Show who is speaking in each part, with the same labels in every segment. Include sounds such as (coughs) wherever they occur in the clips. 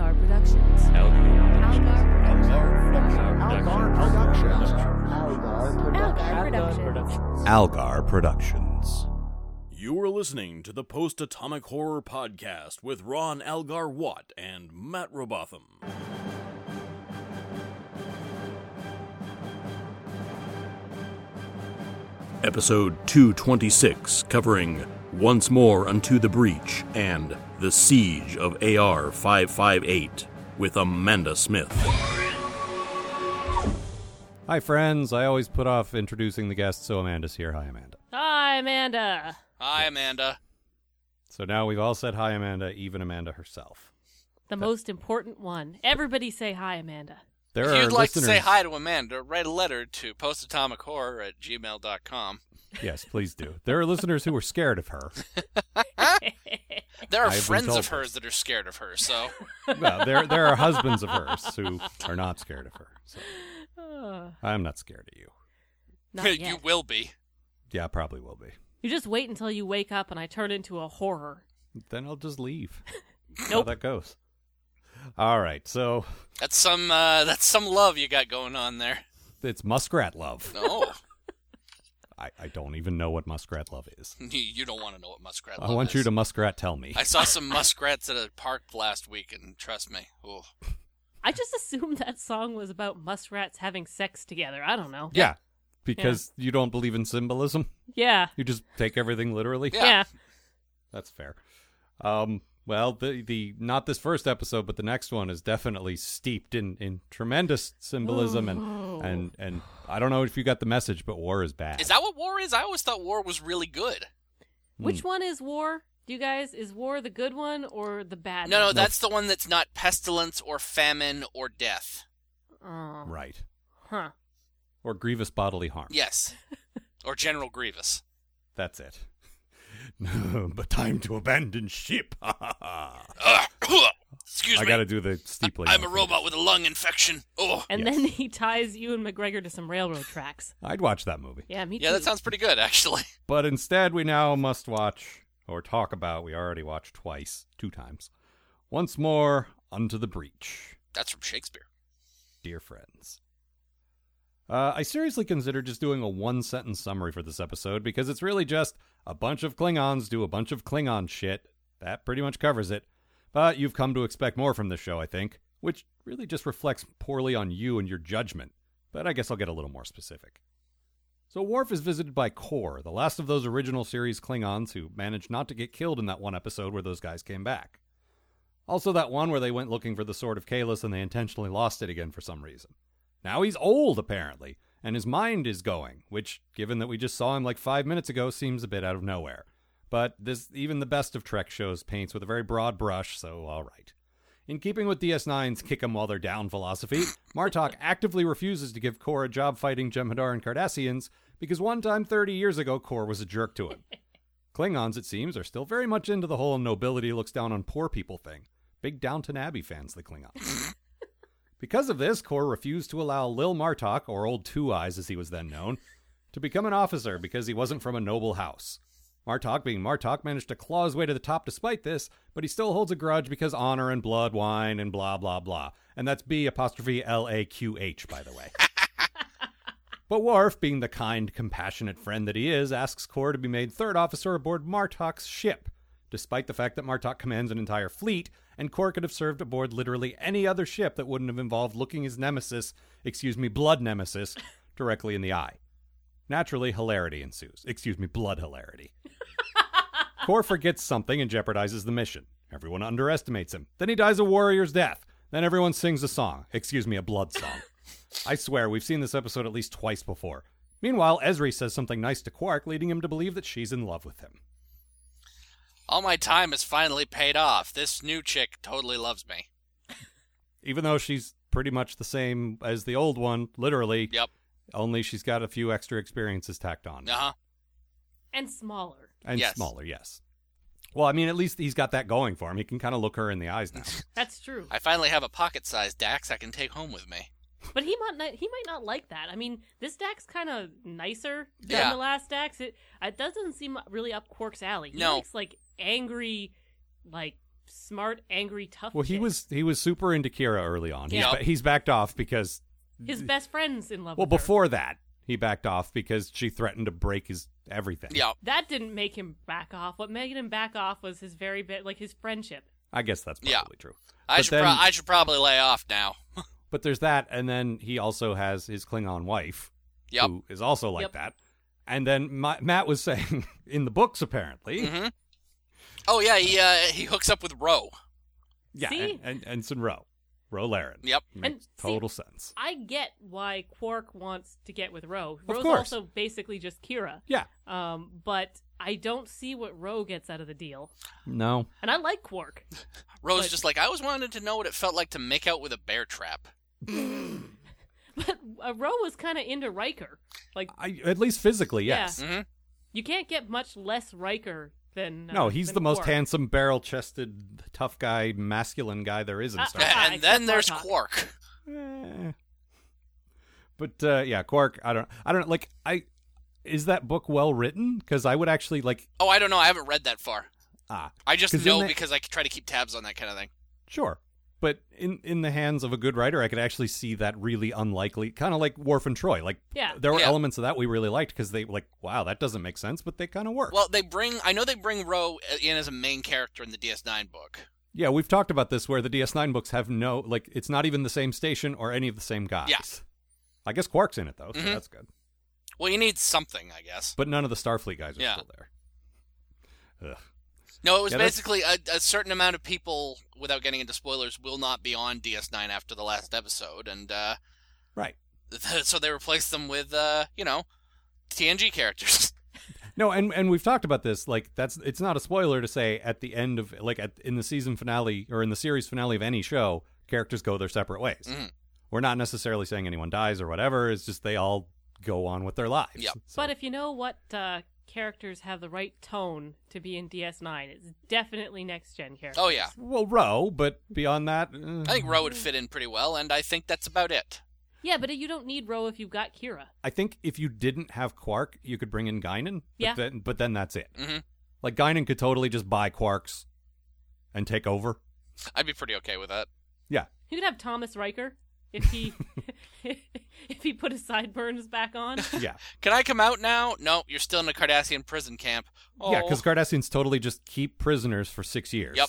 Speaker 1: Productions. Algar
Speaker 2: Algar Productions.
Speaker 3: Oh,
Speaker 1: Productions.
Speaker 4: Algar Productions.
Speaker 5: You are listening to the Post Atomic Horror Podcast with Ron Algar Watt and Matt Robotham. Episode 226, covering Once More Unto the Breach and The Siege of AR 558 with Amanda Smith.
Speaker 4: Hi, friends. I always put off introducing the guests, so Amanda's here. Hi, Amanda.
Speaker 6: Hi, Amanda.
Speaker 7: Hi, Amanda.
Speaker 4: So now we've all said hi, Amanda, even Amanda herself.
Speaker 6: The most important one. Everybody say hi, Amanda.
Speaker 4: There
Speaker 7: if
Speaker 4: are
Speaker 7: you'd like
Speaker 4: listeners.
Speaker 7: to say hi to Amanda, write a letter to postatomichorror at gmail.com.
Speaker 4: (laughs) Yes, please do. There are listeners who were scared of her.
Speaker 7: There are
Speaker 4: I've been
Speaker 7: friends
Speaker 4: told
Speaker 7: of hers that are scared of her, so
Speaker 4: Well, there, there are husbands of hers who are not scared of her. So
Speaker 7: (sighs)
Speaker 6: Ugh,
Speaker 4: I'm not scared of you.
Speaker 6: (laughs) not
Speaker 7: (laughs) you
Speaker 6: yet.
Speaker 7: will be.
Speaker 4: Yeah, I probably will be.
Speaker 6: You just wait until you wake up and I turn into a horror.
Speaker 4: Then I'll just leave. How
Speaker 6: Nope.
Speaker 4: that goes. All right. So
Speaker 7: That's some uh, that's some love you got going on there.
Speaker 4: it's muskrat love.
Speaker 6: (laughs)
Speaker 7: No, (laughs)
Speaker 4: I, I don't even know what muskrat love is.
Speaker 7: you you don't want to know what muskrat.
Speaker 4: I
Speaker 7: love
Speaker 4: want you
Speaker 7: is.
Speaker 4: to muskrat tell me.
Speaker 7: I saw some muskrats at a park last week, and trust me,
Speaker 4: (laughs)
Speaker 7: ooh,
Speaker 6: I just (laughs) assumed that song was about muskrats having sex together. I don't know.
Speaker 4: Yeah. Because you don't believe in symbolism.
Speaker 6: Yeah.
Speaker 4: You just take everything literally.
Speaker 7: Yeah.
Speaker 6: Yeah.
Speaker 4: That's fair. Um well, the the not this first episode, but the next one is definitely steeped in in tremendous symbolism and and and I don't know if you got the message, but war is bad.
Speaker 7: Oh. is that what war is? I always thought war was really good. Hmm.
Speaker 6: Which one is war? Do you guys is war the good one or the bad
Speaker 7: No, no,
Speaker 6: one?
Speaker 7: that's the one that's not pestilence or famine or death.
Speaker 6: Oh.
Speaker 4: right?
Speaker 6: Huh.
Speaker 4: Or grievous bodily harm.
Speaker 6: (laughs)
Speaker 7: Yes, or General Grievous.
Speaker 4: That's it. (laughs) No, but time to abandon ship. (laughs) I
Speaker 7: Ugh. (coughs) Excuse me.
Speaker 4: got to do the steeply.
Speaker 7: I'm a robot with a lung infection. Oh.
Speaker 6: And
Speaker 4: Yes.
Speaker 6: then (laughs) he ties you and McGregor to some railroad tracks.
Speaker 4: I'd watch that movie.
Speaker 6: Yeah, me
Speaker 7: Yeah,
Speaker 6: too.
Speaker 7: that sounds pretty good, actually. (laughs)
Speaker 4: But instead, we now must watch or talk about. We already watched twice, two times. Once more, Unto the Breach,
Speaker 7: That's from Shakespeare.
Speaker 4: dear friends. Uh, I seriously consider just doing a one sentence summary for this episode because it's really just a bunch of Klingons do a bunch of Klingon shit. That pretty much covers it. But you've come to expect more from this show, I think, which really just reflects poorly on you and your judgment. But I guess I'll get a little more specific. So Worf is visited by Kor, the last of those original series Klingons who managed not to get killed in that one episode where those guys came back. Also that one where they went looking for the sword of Kalos and they intentionally lost it again for some reason. Now he's old apparently, and his mind is going, which given that we just saw him like 5 minutes ago seems a bit out of nowhere. But this even the best of Trek shows paints with a very broad brush, so all right. In keeping with DS9's kick 'em while they're down philosophy, Martok actively refuses to give Kor a job fighting Jem'Hadar and Cardassians because one time 30 years ago Kor was a jerk to him. Klingons, it seems, are still very much into the whole nobility looks down on poor people thing. Big Downton Abbey fans, the Klingons. because of this, Kor refused to allow Lil Martok, or Old Two Eyes as he was then known, to become an officer because he wasn't from a noble house. Martok, being Martok, managed to claw his way to the top despite this, but he still holds a grudge because honor and blood, wine, and blah, blah, blah. And that's B apostrophe L A Q H, by the way. but Worf, being the kind, compassionate friend that he is, asks Kor to be made third officer aboard Martok's ship, despite the fact that Martok commands an entire fleet, and Kor could have served aboard literally any other ship that wouldn't have involved looking his nemesis, excuse me, blood nemesis, (laughs) directly in the eye. Naturally, hilarity ensues. Excuse me, blood hilarity. Kor forgets something and jeopardizes the mission. Everyone underestimates him. Then he dies a warrior's death. Then everyone sings a song. Excuse me, a blood song. I swear, we've seen this episode at least twice before. Meanwhile, Ezri says something nice to Quark, leading him to believe that she's in love with him.
Speaker 7: All my time has finally paid off. This new chick totally loves me.
Speaker 4: Even though she's pretty much the same as the old one, literally,
Speaker 7: Yep.
Speaker 4: only she's got a few extra experiences tacked on.
Speaker 7: Uh huh.
Speaker 6: and smaller.
Speaker 4: And
Speaker 7: Yes.
Speaker 4: smaller, yes. Well, I mean, at least he's got that going for him. He can kind of look her in the eyes
Speaker 7: (laughs)
Speaker 4: now.
Speaker 6: That's true.
Speaker 7: I finally have a pocket sized Dax I can take home with me.
Speaker 6: But he might not, he might not like that. I mean, this deck's kind of nicer than
Speaker 7: Yeah.
Speaker 6: the last deck's. It, it doesn't seem really up Quark's alley. He
Speaker 7: No.
Speaker 6: likes like angry, like smart, angry, tough.
Speaker 4: Well, he
Speaker 6: chick.
Speaker 4: was he was super into Kira early on. He's,
Speaker 7: Yeah.
Speaker 4: ba- he's backed off because
Speaker 6: his best friend's in love.
Speaker 4: well
Speaker 6: with her.
Speaker 4: before that he backed off because she threatened to break his everything.
Speaker 7: Yeah.
Speaker 6: that didn't make him back off. What made him back off was his very bit, like his friendship.
Speaker 4: I guess that's probably
Speaker 7: Yeah.
Speaker 4: true.
Speaker 7: I
Speaker 4: But
Speaker 7: should
Speaker 4: then-
Speaker 7: pro- I should probably lay off now.
Speaker 4: But there's that, and then he also has his Klingon wife,
Speaker 7: Yep.
Speaker 4: who is also like
Speaker 6: Yep.
Speaker 4: that. And then Ma Matt was saying (laughs) in the books, apparently,
Speaker 7: Oh yeah, he uh, he hooks up with Roe.
Speaker 4: yeah,
Speaker 6: See?
Speaker 4: and and Ensign Rowe, Roe Laren,
Speaker 7: Yep.
Speaker 4: makes
Speaker 6: see-
Speaker 4: total sense.
Speaker 6: I get why Quark wants to get with Roe.
Speaker 4: Of
Speaker 6: Roe's
Speaker 4: course.
Speaker 6: also basically just Kira.
Speaker 4: Yeah,
Speaker 6: Um, but I don't see what Roe gets out of the deal.
Speaker 4: no,
Speaker 6: And I like Quark.
Speaker 7: Roe's
Speaker 6: But-
Speaker 7: just like I always wanted to know what it felt like to make out with a
Speaker 6: (laughs)
Speaker 7: bear trap.
Speaker 6: But uh, Roe was kind of into Riker. Like
Speaker 4: I, at least physically,
Speaker 6: Yeah.
Speaker 4: yes.
Speaker 7: Mhm.
Speaker 6: you can't get much less Riker than uh,
Speaker 4: No, he's
Speaker 6: than
Speaker 4: the most
Speaker 6: Quark.
Speaker 4: handsome, barrel-chested, tough guy, masculine guy there is in
Speaker 6: Uh,
Speaker 4: Star Trek.
Speaker 6: Ah,
Speaker 7: and
Speaker 6: except
Speaker 7: then there's
Speaker 6: Bartok.
Speaker 7: Quark.
Speaker 4: Eh. But uh, yeah, Quark. I don't. I don't like. I is that book well written? Because I would actually like.
Speaker 7: Oh, I don't know. I haven't read that far.
Speaker 4: Ah,
Speaker 7: I just
Speaker 4: 'Cause in
Speaker 7: know
Speaker 4: that-
Speaker 7: because I try to keep tabs on that kind of thing.
Speaker 4: sure. But in in the hands of a good writer, I could actually see that really unlikely, kind of like Worf and Troy. Like,
Speaker 6: Yeah.
Speaker 4: there were
Speaker 7: Uh, Yeah.
Speaker 4: elements of that we really liked because they like, wow, that doesn't make sense, but they kind of work.
Speaker 7: Well, they bring. I know they bring Roe in as a main character in the DS9 book.
Speaker 4: yeah, we've talked about this where the DS9 books have no like, it's not even the same station or any of the same guys.
Speaker 7: Yeah.
Speaker 4: I guess Quark's in it though, so
Speaker 7: Mhm.
Speaker 4: that's good.
Speaker 7: Well, you need something, I guess.
Speaker 4: But none of the Starfleet guys are
Speaker 7: Yeah.
Speaker 4: still there. Ugh.
Speaker 7: No, it was
Speaker 4: Yeah, that's-
Speaker 7: basically a, a certain amount of people, without getting into spoilers, will not be on DS9 after the last episode, and uh, (laughs)
Speaker 4: Right.
Speaker 7: so they replaced them with, uh, you know, TNG characters. (laughs)
Speaker 4: No, and and we've talked about this. Like that's it's not a spoiler to say at the end of like at, in the season finale or in the series finale of any show, characters go their separate ways.
Speaker 7: Mhm.
Speaker 4: We're not necessarily saying anyone dies or whatever. It's just they all go on with their lives.
Speaker 7: Yep.
Speaker 4: So-
Speaker 6: But if you know what uh, characters have the right tone to be in DS9, it's definitely next gen characters.
Speaker 7: oh yeah,
Speaker 4: well, Roe, but beyond that, eh,
Speaker 7: I think Roe would fit in pretty well, and I think that's about it.
Speaker 6: Yeah, but you don't need Roe if you've got Kira.
Speaker 4: I think if you didn't have Quark, you could bring in Guinan.
Speaker 6: Yeah.
Speaker 4: But then, but then that's it.
Speaker 7: hmm
Speaker 4: Like Guinan could totally just buy Quarks and take over.
Speaker 7: (laughs) I'd be pretty okay with that.
Speaker 4: Yeah.
Speaker 6: You could have Thomas Riker if
Speaker 4: (laughs)
Speaker 6: he (laughs) if he put his sideburns back on.
Speaker 4: Yeah.
Speaker 7: Can I come out now? No, you're still in a Cardassian prison camp. Oh.
Speaker 4: Yeah, because Cardassians totally just keep prisoners for six years.
Speaker 7: Yep.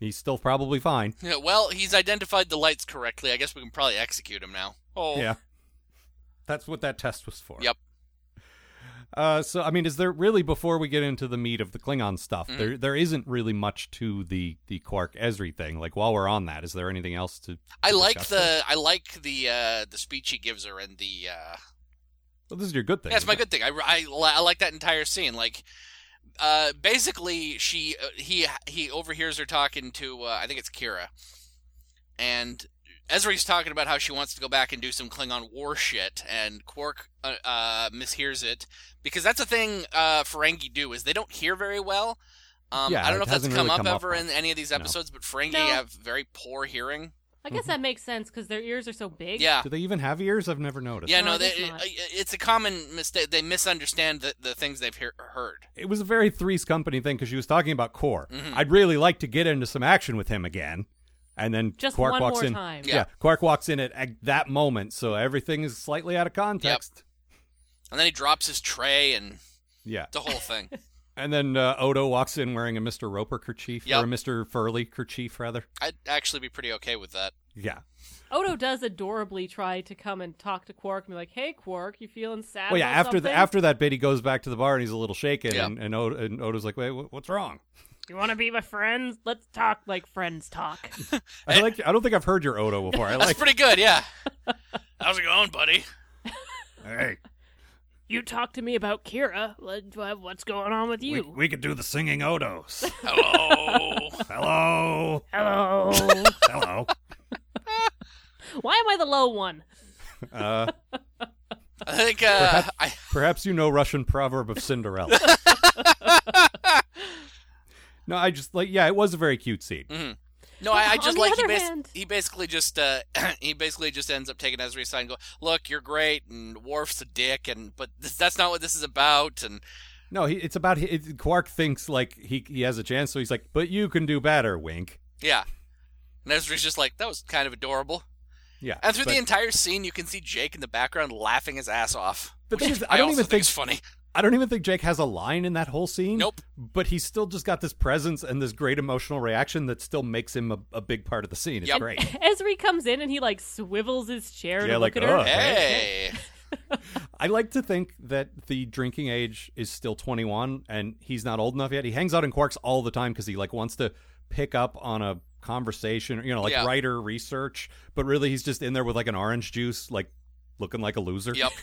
Speaker 4: He's still probably fine.
Speaker 7: Oh, Yeah, well, he's identified the lights correctly. I guess we can probably execute him now. Oh,
Speaker 4: Yeah. That's what that test was for.
Speaker 7: Yep.
Speaker 4: Uh, so, I mean, is there really, before we get into the meat of the Klingon stuff,
Speaker 7: Mm-hmm.
Speaker 4: there there isn't really much to the, the Quark Ezri thing. Like, while we're on that, is there anything else to.
Speaker 7: I
Speaker 4: to
Speaker 7: like
Speaker 4: discuss
Speaker 7: the I like the uh, the speech he gives her and the uh,
Speaker 4: Well, this is your good thing.
Speaker 7: yeah, it's my
Speaker 4: isn't it?
Speaker 7: good thing. I, I, li- I like that entire scene. Like, uh, basically, she uh, he he overhears her talking to uh, I think it's Kira, and Ezri's talking about how she wants to go back and do some Klingon war shit, and Quark uh, uh, mishears it because that's a thing uh, Ferengi do is they don't hear very well. Um,
Speaker 4: Yeah,
Speaker 7: I
Speaker 4: it
Speaker 7: don't know if that's
Speaker 4: hasn't
Speaker 7: come
Speaker 4: really
Speaker 7: up
Speaker 4: come up
Speaker 7: ever
Speaker 4: much.
Speaker 7: in any of these
Speaker 4: No.
Speaker 7: episodes, but Ferengi
Speaker 6: No.
Speaker 7: have very poor hearing.
Speaker 6: I guess that makes sense because their ears are so big.
Speaker 7: Yeah,
Speaker 4: Do they even have ears? I've never noticed.
Speaker 7: yeah,
Speaker 6: No,
Speaker 7: no,
Speaker 6: I
Speaker 7: they,
Speaker 6: guess not.
Speaker 7: uh, it's a common mistake. They misunderstand the, the things they've hear, heard.
Speaker 4: It was a very Three's Company thing because she was talking about Core.
Speaker 7: Mm-hmm.
Speaker 4: I'd really like to get into some action with him again. And then
Speaker 6: Just
Speaker 4: Quark
Speaker 6: one
Speaker 4: walks
Speaker 6: more
Speaker 4: in.
Speaker 6: time.
Speaker 4: Yeah.
Speaker 7: Yeah.
Speaker 4: Quark walks in at, at that moment, so everything is slightly out of context.
Speaker 7: And then he drops his tray and
Speaker 4: Yeah.
Speaker 7: the whole thing.
Speaker 4: And then uh, Odo walks in wearing a Mr. Roper kerchief
Speaker 7: Yep.
Speaker 4: or a Mr. Furley kerchief, rather.
Speaker 7: I'd actually be pretty okay with that.
Speaker 4: Yeah.
Speaker 6: Odo does adorably try to come and talk to Quark and be like, "Hey, Quark, you feeling sad?"
Speaker 4: well, yeah.
Speaker 6: about
Speaker 4: After the,
Speaker 6: something?
Speaker 4: after that bit, he goes back to the bar and he's a little shaken,
Speaker 7: Yeah.
Speaker 4: and and, Odo, and Odo's like, "Wait, wh- what's wrong?"
Speaker 6: you want to be my friends? Let's talk like friends talk.
Speaker 4: I like. I don't think I've heard your Odo before. I
Speaker 7: Eh. That's
Speaker 4: like.
Speaker 7: pretty good, yeah. How's it going, buddy?
Speaker 4: hey,
Speaker 6: you talk to me about Kira. Let- uh, What's going on with
Speaker 4: we,
Speaker 6: you?
Speaker 4: we could do the singing Odos.
Speaker 7: Hello.
Speaker 4: (laughs) Hello. (laughs)
Speaker 6: Hello.
Speaker 4: Hello.
Speaker 6: Why am I the low one?
Speaker 4: Uh,
Speaker 7: I think uh, I,
Speaker 4: Perhaps you know Russian proverb of Cinderella. no, I just like yeah, it was a very cute scene.
Speaker 7: no, I, I
Speaker 6: (laughs) On
Speaker 7: just
Speaker 6: the
Speaker 7: like he,
Speaker 6: other
Speaker 7: bas-
Speaker 6: hand-
Speaker 7: he basically just uh, (clears throat) he basically just ends up taking Ezra's side and go, look, you're great, and Worf's a dick, and but this, that's not what this is about, and
Speaker 4: No, he, it's about it's, Quark thinks like he he has a chance, so he's like, "But you can do better." Wink.
Speaker 7: Yeah. And Ezra's just like, that was kind of adorable.
Speaker 4: Yeah.
Speaker 7: And through
Speaker 4: but-
Speaker 7: the entire scene, you can see Jake in the background laughing his ass off.
Speaker 4: The thing
Speaker 7: which
Speaker 4: is, I don't
Speaker 7: also
Speaker 4: even think-
Speaker 7: is funny.
Speaker 4: I don't even think Jake has a line in that whole scene.
Speaker 7: Nope.
Speaker 4: But he's still just got this presence and this great emotional reaction that still makes him a, a big part of the scene. It's
Speaker 7: Yep.
Speaker 6: (laughs)
Speaker 4: great.
Speaker 6: Ezri comes in and he like swivels his chair to
Speaker 4: Yeah,
Speaker 6: look
Speaker 4: like,
Speaker 6: at her.
Speaker 4: ugh.
Speaker 7: Hey,
Speaker 4: I like to think that the drinking age is still 21 and he's not old enough yet. He hangs out in Quarks all the time because he like wants to pick up on a conversation, you know, like
Speaker 7: Yeah.
Speaker 4: writer research. But really, he's just in there with like an orange juice, like looking like a loser.
Speaker 7: yep.
Speaker 6: (laughs)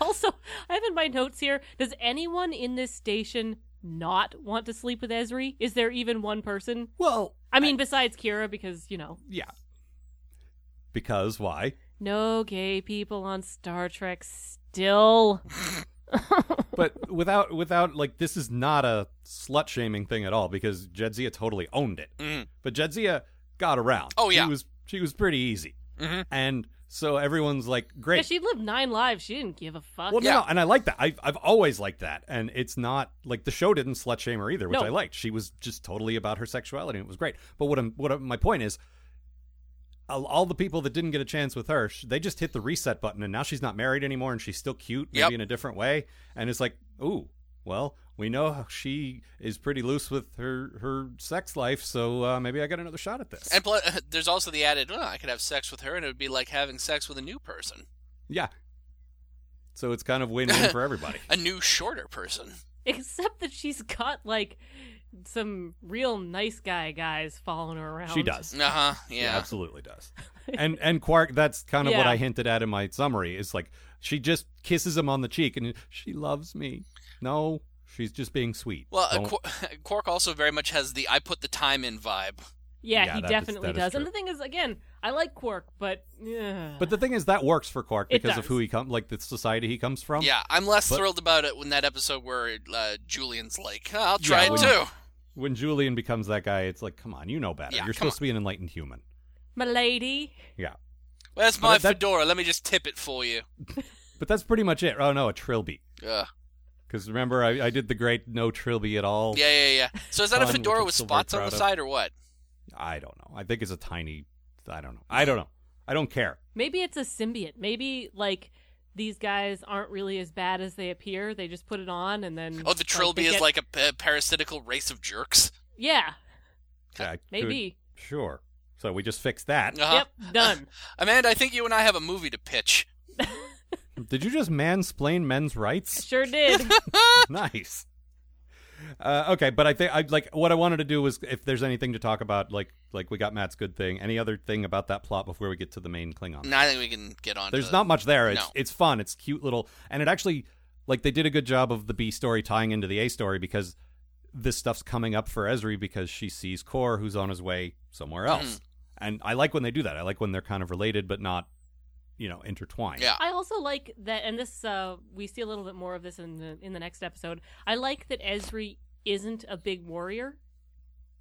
Speaker 6: Also, I have in my notes here, does anyone in this station not want to sleep with Ezri? Is there even one person?
Speaker 4: Well,
Speaker 6: I mean, besides Kira, because, you know,
Speaker 4: yeah. Because why?
Speaker 6: no gay people on Star Trek still.
Speaker 4: but without without like this is not a slut shaming thing at all because Jedzia totally owned it.
Speaker 7: Mm.
Speaker 4: But Jedzia got around.
Speaker 7: Oh, yeah.
Speaker 4: she was she was pretty easy,
Speaker 7: Mhm.
Speaker 4: and so everyone's like,
Speaker 6: Yeah,
Speaker 4: great.
Speaker 6: she lived nine lives. She didn't give a fuck.
Speaker 4: well, no,
Speaker 7: Yeah.
Speaker 4: no, and I like that. I've I've always liked that, and it's not like the show didn't slut shame her either, which
Speaker 6: No.
Speaker 4: I liked. She was just totally about her sexuality, and it was great. But what I'm what I'm, my point is. All all the people that didn't get a chance with her, sh- they just hit the reset button, and now she's not married anymore, and she's still cute, maybe
Speaker 7: Yep.
Speaker 4: in a different way. And it's like, ooh, well, we know how she is pretty loose with her her sex life, so uh, maybe I got another shot at this.
Speaker 7: And plus, (laughs) there's also the added, oh, I could have sex with her, and it would be like having sex with a new person,
Speaker 4: yeah. So it's kind of win win for
Speaker 7: (laughs)
Speaker 4: everybody.
Speaker 7: a new shorter person.
Speaker 6: (laughs) Except that she's got, like, some real nice guy guys following her around.
Speaker 4: She does.
Speaker 7: Uh huh.
Speaker 4: She
Speaker 7: Yeah.
Speaker 6: (laughs)
Speaker 4: absolutely does. And and Quark, that's kind of what
Speaker 6: Yeah.
Speaker 4: I hinted at in my summary. Is like she just kisses him on the cheek and she loves me. No, she's just being sweet.
Speaker 7: Well, uh,
Speaker 4: Don't-
Speaker 7: Qu- (laughs) Quark also very much has the "I put the time in" vibe.
Speaker 6: Yeah,
Speaker 4: Yeah,
Speaker 6: he
Speaker 4: that is-
Speaker 6: definitely
Speaker 4: that is
Speaker 6: does. And
Speaker 4: true.
Speaker 6: the thing is, again, I like Quark, but. yeah.
Speaker 4: but the thing is that works for Quark
Speaker 6: It
Speaker 4: because of
Speaker 6: does.
Speaker 4: who he come like the society he comes from.
Speaker 7: Yeah, I'm less
Speaker 4: Oh. But-
Speaker 7: thrilled about it when that episode where uh, Julian's like, "Oh, "I'll try it
Speaker 4: when-
Speaker 7: too."
Speaker 4: When Julian becomes that guy, it's like, come on, you know better.
Speaker 7: Yeah,
Speaker 4: You're
Speaker 7: come
Speaker 4: supposed
Speaker 7: on.
Speaker 4: to be an enlightened human.
Speaker 6: Milady.
Speaker 4: Yeah.
Speaker 7: Where's
Speaker 4: But
Speaker 7: my
Speaker 4: that-
Speaker 7: fedora? Let me just tip it for you.
Speaker 4: But that's pretty much it. Oh no, a trilby.
Speaker 7: Uh,
Speaker 4: Because remember, I, I did the great no trilby at all.
Speaker 7: yeah, yeah, yeah. So is that a
Speaker 4: Oh. Fun, which
Speaker 7: fedora
Speaker 4: I'm
Speaker 7: with
Speaker 4: still very
Speaker 7: spots on the
Speaker 4: proud of.
Speaker 7: side or what?
Speaker 4: I don't know. I think it's a tiny. I don't know. I don't know. I don't care.
Speaker 6: Maybe it's a symbiote. Maybe like these guys aren't really as bad as they appear. They just put it on and then.
Speaker 7: Oh, the
Speaker 6: they
Speaker 7: trilby is
Speaker 6: get-
Speaker 7: like a pa- parasitical race of jerks.
Speaker 6: Yeah,
Speaker 4: Yeah, I could-
Speaker 6: maybe.
Speaker 4: sure. So we just fixed that.
Speaker 7: Uh-huh.
Speaker 6: Yep,
Speaker 7: (laughs)
Speaker 6: done.
Speaker 7: Amanda, I think you and I have a movie to pitch.
Speaker 4: Did you just mansplain men's
Speaker 7: (laughs)
Speaker 4: rights?
Speaker 6: sure did.
Speaker 4: nice. Uh, okay, but I think I like what I wanted to do was if there's anything to talk about, like like we got Matt's good thing. Any other thing about that plot before we get to the main Klingon?
Speaker 7: No, I think we can get on. to
Speaker 4: There's
Speaker 7: the-
Speaker 4: not much there. It's
Speaker 7: no.
Speaker 4: it's fun. It's cute little, and it actually like they did a good job of the B story tying into the A story because this stuff's coming up for Esri because she sees Kor who's on his way
Speaker 7: Hmm.
Speaker 4: somewhere else, and I like when they do that. I like when they're kind of related but not, you know, intertwined.
Speaker 7: Yeah.
Speaker 6: I also like that, and this uh, we see a little bit more of this in the in the next episode. I like that Ezri isn't a big warrior.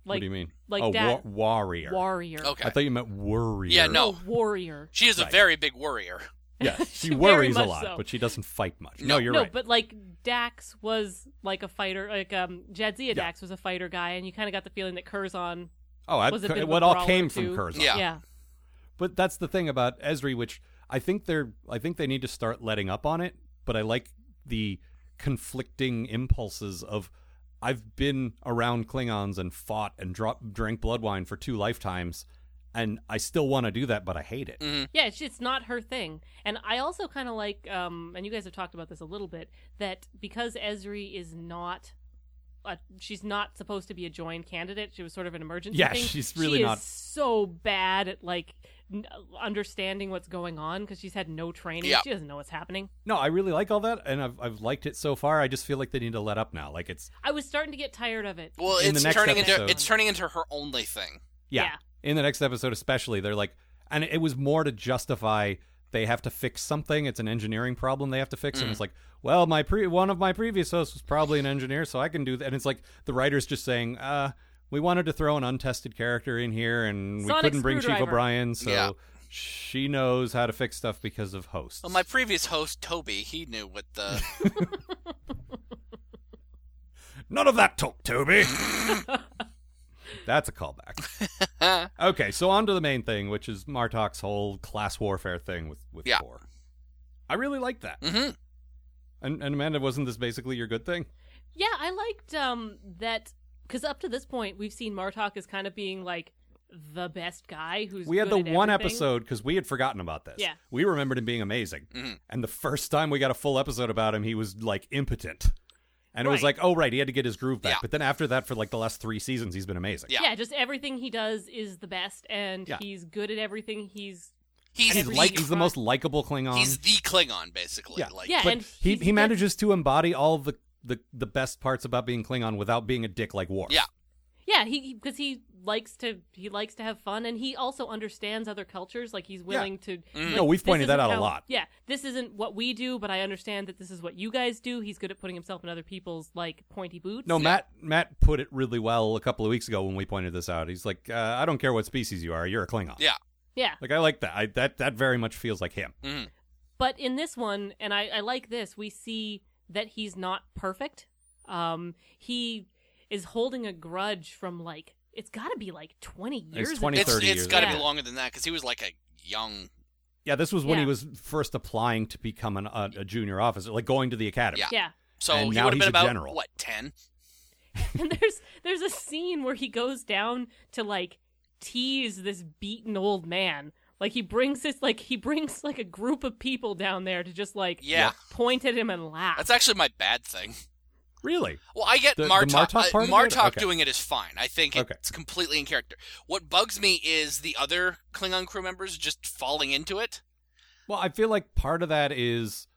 Speaker 4: what
Speaker 6: Like
Speaker 4: do you mean?
Speaker 6: like
Speaker 4: oh,
Speaker 6: that-
Speaker 4: wa- warrior.
Speaker 6: warrior.
Speaker 7: Okay.
Speaker 4: I thought you meant worrier.
Speaker 7: Yeah, no.
Speaker 6: warrior.
Speaker 7: She is a
Speaker 4: Right.
Speaker 7: very big worrier. (laughs)
Speaker 4: Yeah, she
Speaker 6: Very
Speaker 4: worries a
Speaker 6: much
Speaker 4: lot,
Speaker 6: so.
Speaker 4: but she doesn't fight much.
Speaker 7: No.
Speaker 4: No, you're
Speaker 6: no,
Speaker 4: right.
Speaker 6: but like Dax was like a fighter. Like um, Jadzia Dax was a fighter guy, and you kind of got the feeling that Curzon.
Speaker 4: oh, I,
Speaker 6: was a bit of a
Speaker 4: what all
Speaker 6: brawler,
Speaker 4: came
Speaker 6: too.
Speaker 4: from Curzon.
Speaker 7: Yeah.
Speaker 6: yeah.
Speaker 4: But that's the thing about Esri, which I think they're I think they need to start letting up on it. But I like the conflicting impulses of I've been around Klingons and fought and drop, drank blood wine for two lifetimes, and I still want to do that, but I hate
Speaker 7: Mm.
Speaker 4: it.
Speaker 6: Yeah, it's, it's not her thing. And I also kind of like, um, and you guys have talked about this a little bit, that because Ezri is not, a, she's not supposed to be a joined candidate. She was sort of an emergency.
Speaker 4: Yeah,
Speaker 6: thing,
Speaker 4: she's really
Speaker 6: she
Speaker 4: not-
Speaker 6: Is so bad at like n- understanding what's going on because she's had no training.
Speaker 7: Yeah.
Speaker 6: She doesn't know what's happening.
Speaker 4: No, I really like all that, and I've I've liked it so far. I just feel like they need to let up now. Like it's
Speaker 6: I was starting to get tired of it.
Speaker 7: Well,
Speaker 4: In the
Speaker 7: it's
Speaker 4: next
Speaker 7: turning
Speaker 4: episode.
Speaker 7: into it's turning into her only thing.
Speaker 4: yeah,
Speaker 6: Yeah.
Speaker 4: in the next episode especially they're like and it was more to justify they have to fix something it's an engineering problem they have to
Speaker 6: Mm.
Speaker 4: fix and it's like well my pre one of my previous hosts was probably an engineer so i can do that and it's like the writer's just saying uh we wanted to throw an untested character in here and we
Speaker 6: Sonic
Speaker 4: couldn't bring chief
Speaker 6: screwdriver.
Speaker 4: o'brien so
Speaker 7: Yeah.
Speaker 4: she knows how to fix stuff because of hosts (laughs)
Speaker 7: Well, my previous host Toby, he knew what the
Speaker 4: None of that
Speaker 6: (laughs)
Speaker 4: talk, Toby. That's a callback. Okay, so on to the main thing, which is Martok's whole class warfare thing with with
Speaker 7: Yeah.
Speaker 4: Kor. I really like that.
Speaker 7: hmm
Speaker 4: And, and Amanda, wasn't this basically your good thing?
Speaker 6: Yeah, I liked um that because up to this point we've seen Martok as kind of being like the best guy who's
Speaker 4: we had the
Speaker 6: good at
Speaker 4: one
Speaker 6: everything.
Speaker 4: episode because we had forgotten about this.
Speaker 6: Yeah.
Speaker 4: we remembered him being amazing,
Speaker 7: Mhm.
Speaker 4: and the first time we got a full episode about him, he was like impotent, and it was
Speaker 6: Right.
Speaker 4: like, oh right, he had to get his groove back.
Speaker 7: Yeah.
Speaker 4: But then after that, for like the last three seasons, he's been amazing.
Speaker 7: Yeah.
Speaker 6: Yeah. just everything he does is the best, and
Speaker 4: Yeah.
Speaker 6: he's good at everything. He's
Speaker 7: He's,
Speaker 4: he's
Speaker 7: the,
Speaker 4: like he's the most likable Klingon.
Speaker 7: he's the Klingon basically.
Speaker 4: Yeah.
Speaker 7: Like,
Speaker 6: yeah,
Speaker 4: but
Speaker 6: and
Speaker 4: he
Speaker 6: he's
Speaker 4: he
Speaker 6: good-
Speaker 4: manages to embody all the, the the best parts about being Klingon without being a dick like Worf.
Speaker 7: Yeah.
Speaker 6: Yeah, he because he likes to he likes to have fun, and he also understands other cultures. Like he's willing to. like,
Speaker 4: No, we've
Speaker 6: this
Speaker 4: pointed
Speaker 6: isn't
Speaker 4: that out a
Speaker 6: how-
Speaker 4: lot.
Speaker 6: Yeah, this isn't what we do, but I understand that this is what you guys do. He's good at putting himself in other people's like pointy boots.
Speaker 4: No, Matt Matt put it really well a couple of weeks ago when we pointed this out. He's like, uh, I don't care what species you are, you're a Klingon.
Speaker 7: Yeah.
Speaker 6: yeah,
Speaker 4: Like I like that. I, that that very much feels like him.
Speaker 7: Mhm.
Speaker 6: but in this one and I, I like this we see that he's not perfect um he is holding a grudge from like it's got to be like 20 years ago.
Speaker 4: 20,
Speaker 7: It's
Speaker 4: 30
Speaker 7: it's
Speaker 4: years
Speaker 7: got to be
Speaker 6: old.
Speaker 7: longer than that because he was like a young.
Speaker 4: Yeah, this was when he
Speaker 6: Yeah.
Speaker 4: was first applying to become an, a, a junior officer, like going to the academy.
Speaker 7: Yeah.
Speaker 6: yeah (laughs)
Speaker 7: So
Speaker 4: And
Speaker 7: he
Speaker 4: now
Speaker 7: would have
Speaker 4: he's
Speaker 7: been
Speaker 4: a
Speaker 7: about
Speaker 4: general.
Speaker 7: what ten?
Speaker 6: and there's there's a scene where he goes down to like tease this beaten old man like he brings this like he brings like a group of people down there to just like
Speaker 7: Yeah.
Speaker 6: point at him and laugh
Speaker 7: That's actually my bad thing.
Speaker 4: Really?
Speaker 7: Well, I get
Speaker 4: The- the
Speaker 7: Martok.
Speaker 4: Martok
Speaker 7: uh,
Speaker 4: part of it?
Speaker 7: Martok
Speaker 4: Okay.
Speaker 7: doing it is fine. I think
Speaker 4: Okay.
Speaker 7: it's completely in character. What bugs me is the other Klingon crew members just falling into it.
Speaker 4: Well, I feel like part of that is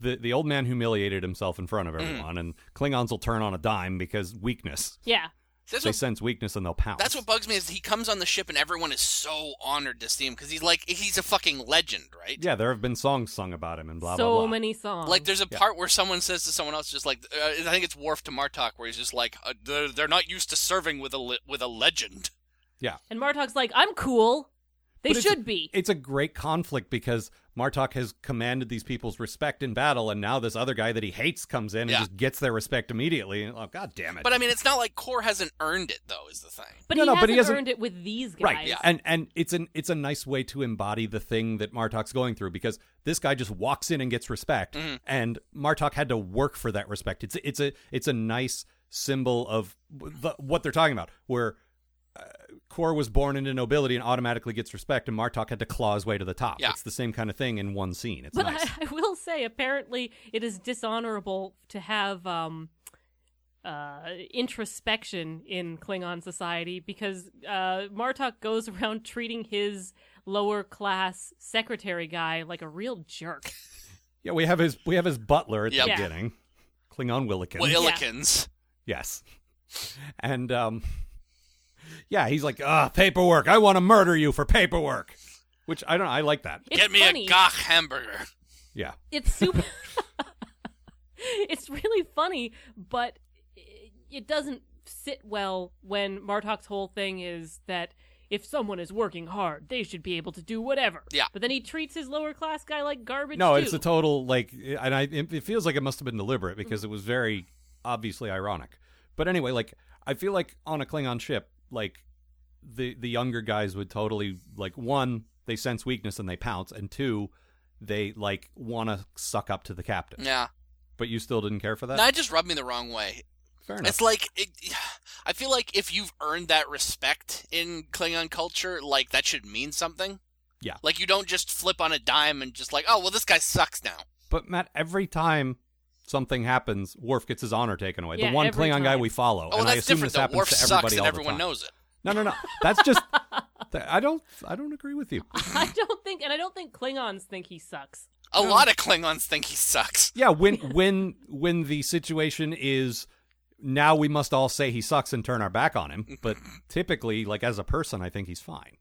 Speaker 4: the the old man humiliated himself in front of
Speaker 7: Mm.
Speaker 4: everyone, and Klingons will turn on a dime because weakness.
Speaker 6: yeah
Speaker 7: That's
Speaker 4: they
Speaker 7: what,
Speaker 4: sense weakness and they'll pounce.
Speaker 7: that's what bugs me is he comes on the ship and everyone is so honored to see him because he's like he's a fucking legend, right?
Speaker 4: Yeah, there have been songs sung about him and blah
Speaker 6: so
Speaker 4: blah blah.
Speaker 6: many songs
Speaker 7: Like there's a
Speaker 4: Yeah.
Speaker 7: part where someone says to someone else, just like uh, I think it's Worf to Martok, where he's just like uh, they're, they're not used to serving with a le- with a legend.
Speaker 6: and martok's like i'm cool they
Speaker 4: But it's-
Speaker 6: should be
Speaker 4: It's a great conflict because Martok has commanded these people's respect in battle, and now this other guy that he hates comes in and
Speaker 7: Yeah.
Speaker 4: just gets their respect immediately. And, oh, god damn it!
Speaker 6: uh,
Speaker 7: But I mean, it's not like Kor hasn't earned it though. Is the thing?
Speaker 6: But
Speaker 4: No,
Speaker 6: he
Speaker 4: no,
Speaker 6: hasn't
Speaker 4: but he hasn't-
Speaker 6: earned it with these guys. (laughs)
Speaker 4: Right, and and it's an it's a nice way to embody the thing that Martok's going through because this guy just walks in and gets respect,
Speaker 7: Mm-hmm.
Speaker 4: and Martok had to work for that respect. It's it's a it's a nice symbol of the, what they're talking about, where uh, Kor was born into nobility and automatically gets respect, and Martok had to claw his way to the top.
Speaker 7: Yeah.
Speaker 4: It's the same kind of thing in one scene. It's
Speaker 6: But
Speaker 4: nice.
Speaker 6: I, I will say, apparently, it is dishonorable to have um, uh, introspection in Klingon society because uh, Martok goes (laughs) around treating his lower class secretary guy like a real jerk.
Speaker 4: Yeah, we have his we have his butler at
Speaker 7: Yep.
Speaker 4: the
Speaker 6: Yeah.
Speaker 4: beginning, Klingon Willikin.
Speaker 7: Well, Illikins.
Speaker 4: yes, and um, yeah, he's like, ah, paperwork. I want to murder you for paperwork, which I don't. I like that.
Speaker 6: It's
Speaker 7: Get me
Speaker 6: funny.
Speaker 7: a Gach hamburger.
Speaker 4: Yeah,
Speaker 6: It's super. (laughs) it's really funny, but it, it doesn't sit well when Martok's whole thing is that if someone is working hard, they should be able to do whatever.
Speaker 7: Yeah.
Speaker 6: But then he treats his lower class guy like garbage.
Speaker 4: no,
Speaker 6: too.
Speaker 4: it's a total like, and I it, it feels like it must have been deliberate because it was very obviously ironic. But anyway, like I feel like on a Klingon ship, like the the younger guys would totally like one they sense weakness and they pounce, and two they like want to suck up to the captain.
Speaker 7: Yeah,
Speaker 4: But you still didn't care for that.
Speaker 7: no, it just rubbed me the wrong way.
Speaker 4: Fair enough.
Speaker 7: It's like it, I feel like if you've earned that respect in Klingon culture, like that should mean something.
Speaker 4: Yeah.
Speaker 7: like you don't just flip on a dime and just like, oh well, this guy sucks now.
Speaker 4: But Matt, every time something happens, Worf gets his honor taken away.
Speaker 6: Yeah,
Speaker 4: the one
Speaker 6: every
Speaker 4: Klingon guy
Speaker 6: time.
Speaker 4: we follow,
Speaker 7: Oh,
Speaker 4: and I
Speaker 7: that's
Speaker 4: assume
Speaker 7: different
Speaker 4: this
Speaker 7: though.
Speaker 4: happens
Speaker 7: Worf
Speaker 4: to everybody
Speaker 7: sucks and
Speaker 4: all the
Speaker 7: everyone
Speaker 4: time.
Speaker 7: knows it.
Speaker 4: No, no, no. That's just. (laughs) th- I don't. I don't agree with you.
Speaker 6: (laughs) I don't think, and I don't think Klingons think he sucks.
Speaker 7: A lot of Klingons think he sucks.
Speaker 6: (laughs)
Speaker 4: Yeah, when when when the situation is now, we must all say he sucks and turn our back on him.
Speaker 6: (laughs)
Speaker 4: But typically, like as a person, I think he's fine.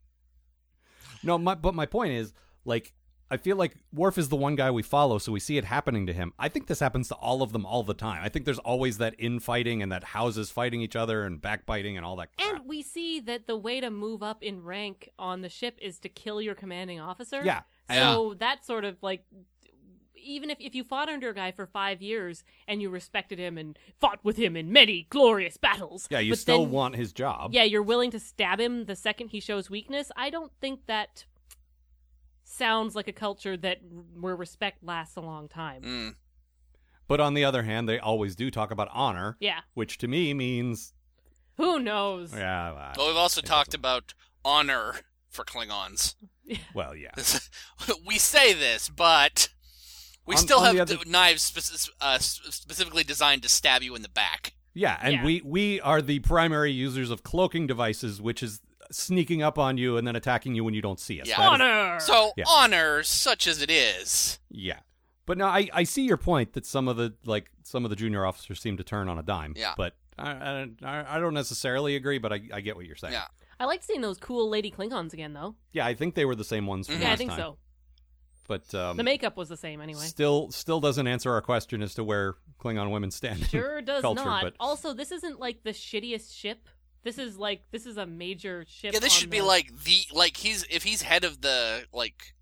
Speaker 4: No, my, but my point is like. I feel like Worf is the one guy we follow, so we see it happening to him. I think this happens to all of them all the time. I think there's always that infighting and that houses fighting each other and backbiting and all that. Crap.
Speaker 6: And we see that the way to move up in rank on the ship is to kill your commanding officer.
Speaker 4: Yeah.
Speaker 6: So that sort of like even if, if you fought under a guy for five years and you respected him and fought with him in many glorious battles,
Speaker 4: Yeah, you
Speaker 6: but
Speaker 4: still
Speaker 6: then-
Speaker 4: want his job.
Speaker 6: yeah, you're willing to stab him the second he shows weakness. I don't think that sounds like a culture that where respect lasts a long time.
Speaker 7: Mm.
Speaker 4: But on the other hand, they always do talk about honor,
Speaker 6: Yeah,
Speaker 4: which to me means
Speaker 6: who knows?
Speaker 4: yeah. I-
Speaker 6: Oh.
Speaker 7: Well, we've also
Speaker 4: it
Speaker 7: talked
Speaker 4: doesn't-
Speaker 7: about honor for Klingons. (laughs)
Speaker 4: Well, yeah.
Speaker 7: we say this, but we
Speaker 4: On-
Speaker 7: still
Speaker 4: on
Speaker 7: have
Speaker 4: the
Speaker 7: d-
Speaker 4: other-
Speaker 7: knives speci- uh, s- specifically designed to stab you in the back.
Speaker 4: Yeah, and
Speaker 6: Yeah.
Speaker 4: we we are the primary users of cloaking devices, which is sneaking up on you and then attacking you when you don't see us.
Speaker 7: Yeah.
Speaker 4: That is-
Speaker 6: Honor.
Speaker 7: So
Speaker 4: Yeah.
Speaker 7: honor, such as it is,
Speaker 4: yeah. But no, I, I see your point that some of the like some of the junior officers seem to turn on a dime.
Speaker 7: Yeah.
Speaker 4: But I I, I don't necessarily agree, but I, I get what you're saying.
Speaker 7: Yeah.
Speaker 6: I like seeing those cool lady Klingons again, though.
Speaker 4: Yeah, I think they were the same ones from
Speaker 7: Mhm.
Speaker 4: Mm-hmm. last
Speaker 6: Mm-hmm. Yeah, I think
Speaker 4: time.
Speaker 6: so.
Speaker 4: But um,
Speaker 6: The makeup was the same anyway.
Speaker 4: still still doesn't answer our question as to where Klingon women stand.
Speaker 6: (laughs)
Speaker 4: in (laughs)
Speaker 6: Sure does
Speaker 4: culture,
Speaker 6: not.
Speaker 4: But
Speaker 6: Also, this isn't like the shittiest ship. This is like this is a major ship.
Speaker 7: yeah, this
Speaker 6: on
Speaker 7: should be
Speaker 6: the-
Speaker 7: like the like he's if he's head of the like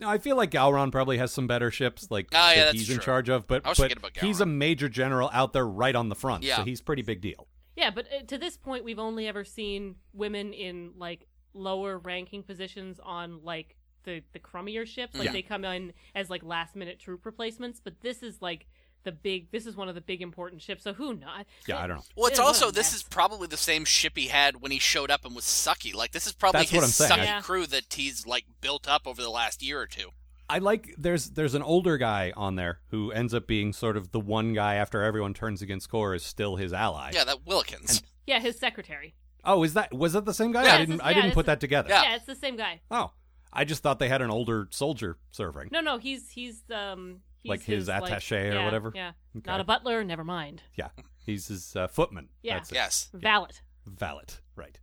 Speaker 4: No, I feel like Galron probably has some better ships, like
Speaker 7: Ah, yeah,
Speaker 4: that
Speaker 7: that's
Speaker 4: he's in
Speaker 7: true.
Speaker 4: charge of. But,
Speaker 7: I was
Speaker 4: but
Speaker 7: thinking about
Speaker 4: he's a major general out there right on the front, so
Speaker 7: Yeah.
Speaker 4: he's pretty big deal.
Speaker 6: yeah. But uh, to this point, we've only ever seen women in like lower ranking positions on like the the crummier ships. Like
Speaker 7: Yeah.
Speaker 6: they come in as like last minute troop replacements. But this is like the big. This is one of the big important ships. So who not?
Speaker 4: Yeah, I don't know.
Speaker 7: well, it's
Speaker 6: Yeah, what
Speaker 7: also
Speaker 6: a
Speaker 7: this
Speaker 6: mess.
Speaker 7: is probably the same ship he had when he showed up and was sucky. Like this is probably
Speaker 4: That's
Speaker 7: his
Speaker 4: what I'm saying.
Speaker 7: sucky
Speaker 6: Yeah.
Speaker 7: crew that he's like built up over the last year or two.
Speaker 4: I like there's there's an older guy on there who ends up being sort of the one guy after everyone turns against Kor is still his ally.
Speaker 7: Yeah, that Willikins.
Speaker 6: Yeah, his secretary.
Speaker 4: Oh, is that was that the same guy?
Speaker 6: Yeah,
Speaker 4: I didn't
Speaker 6: it's-
Speaker 4: I
Speaker 6: yeah,
Speaker 4: didn't
Speaker 6: it's-
Speaker 4: put that together.
Speaker 7: Yeah.
Speaker 6: yeah, it's the same guy.
Speaker 4: Oh, I just thought they had an older soldier serving.
Speaker 6: No, no, he's he's um he's
Speaker 4: Like his
Speaker 6: like-
Speaker 4: attaché or
Speaker 6: yeah,
Speaker 4: whatever?
Speaker 6: Yeah,
Speaker 4: Okay.
Speaker 6: not a butler. Never mind.
Speaker 4: Yeah, he's his uh, footman.
Speaker 6: Yeah.
Speaker 4: That's it.
Speaker 7: yes.
Speaker 6: Valet.
Speaker 4: Valid, right?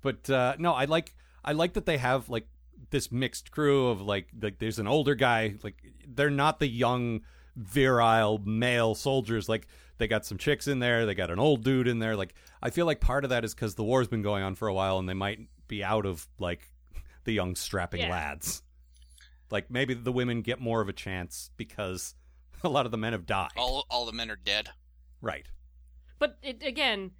Speaker 4: But uh, no, I like I like that they have like this mixed crew of like like there's an older guy like they're not the young virile male soldiers like they got some chicks in there they got an old dude in there like I feel like part of that is because the war's been going on for a while and they might be out of like the young strapping
Speaker 6: Yeah.
Speaker 4: lads like maybe the women get more of a chance because (laughs) a lot of the men have died
Speaker 7: All all the men are dead.
Speaker 4: right
Speaker 6: But it, again,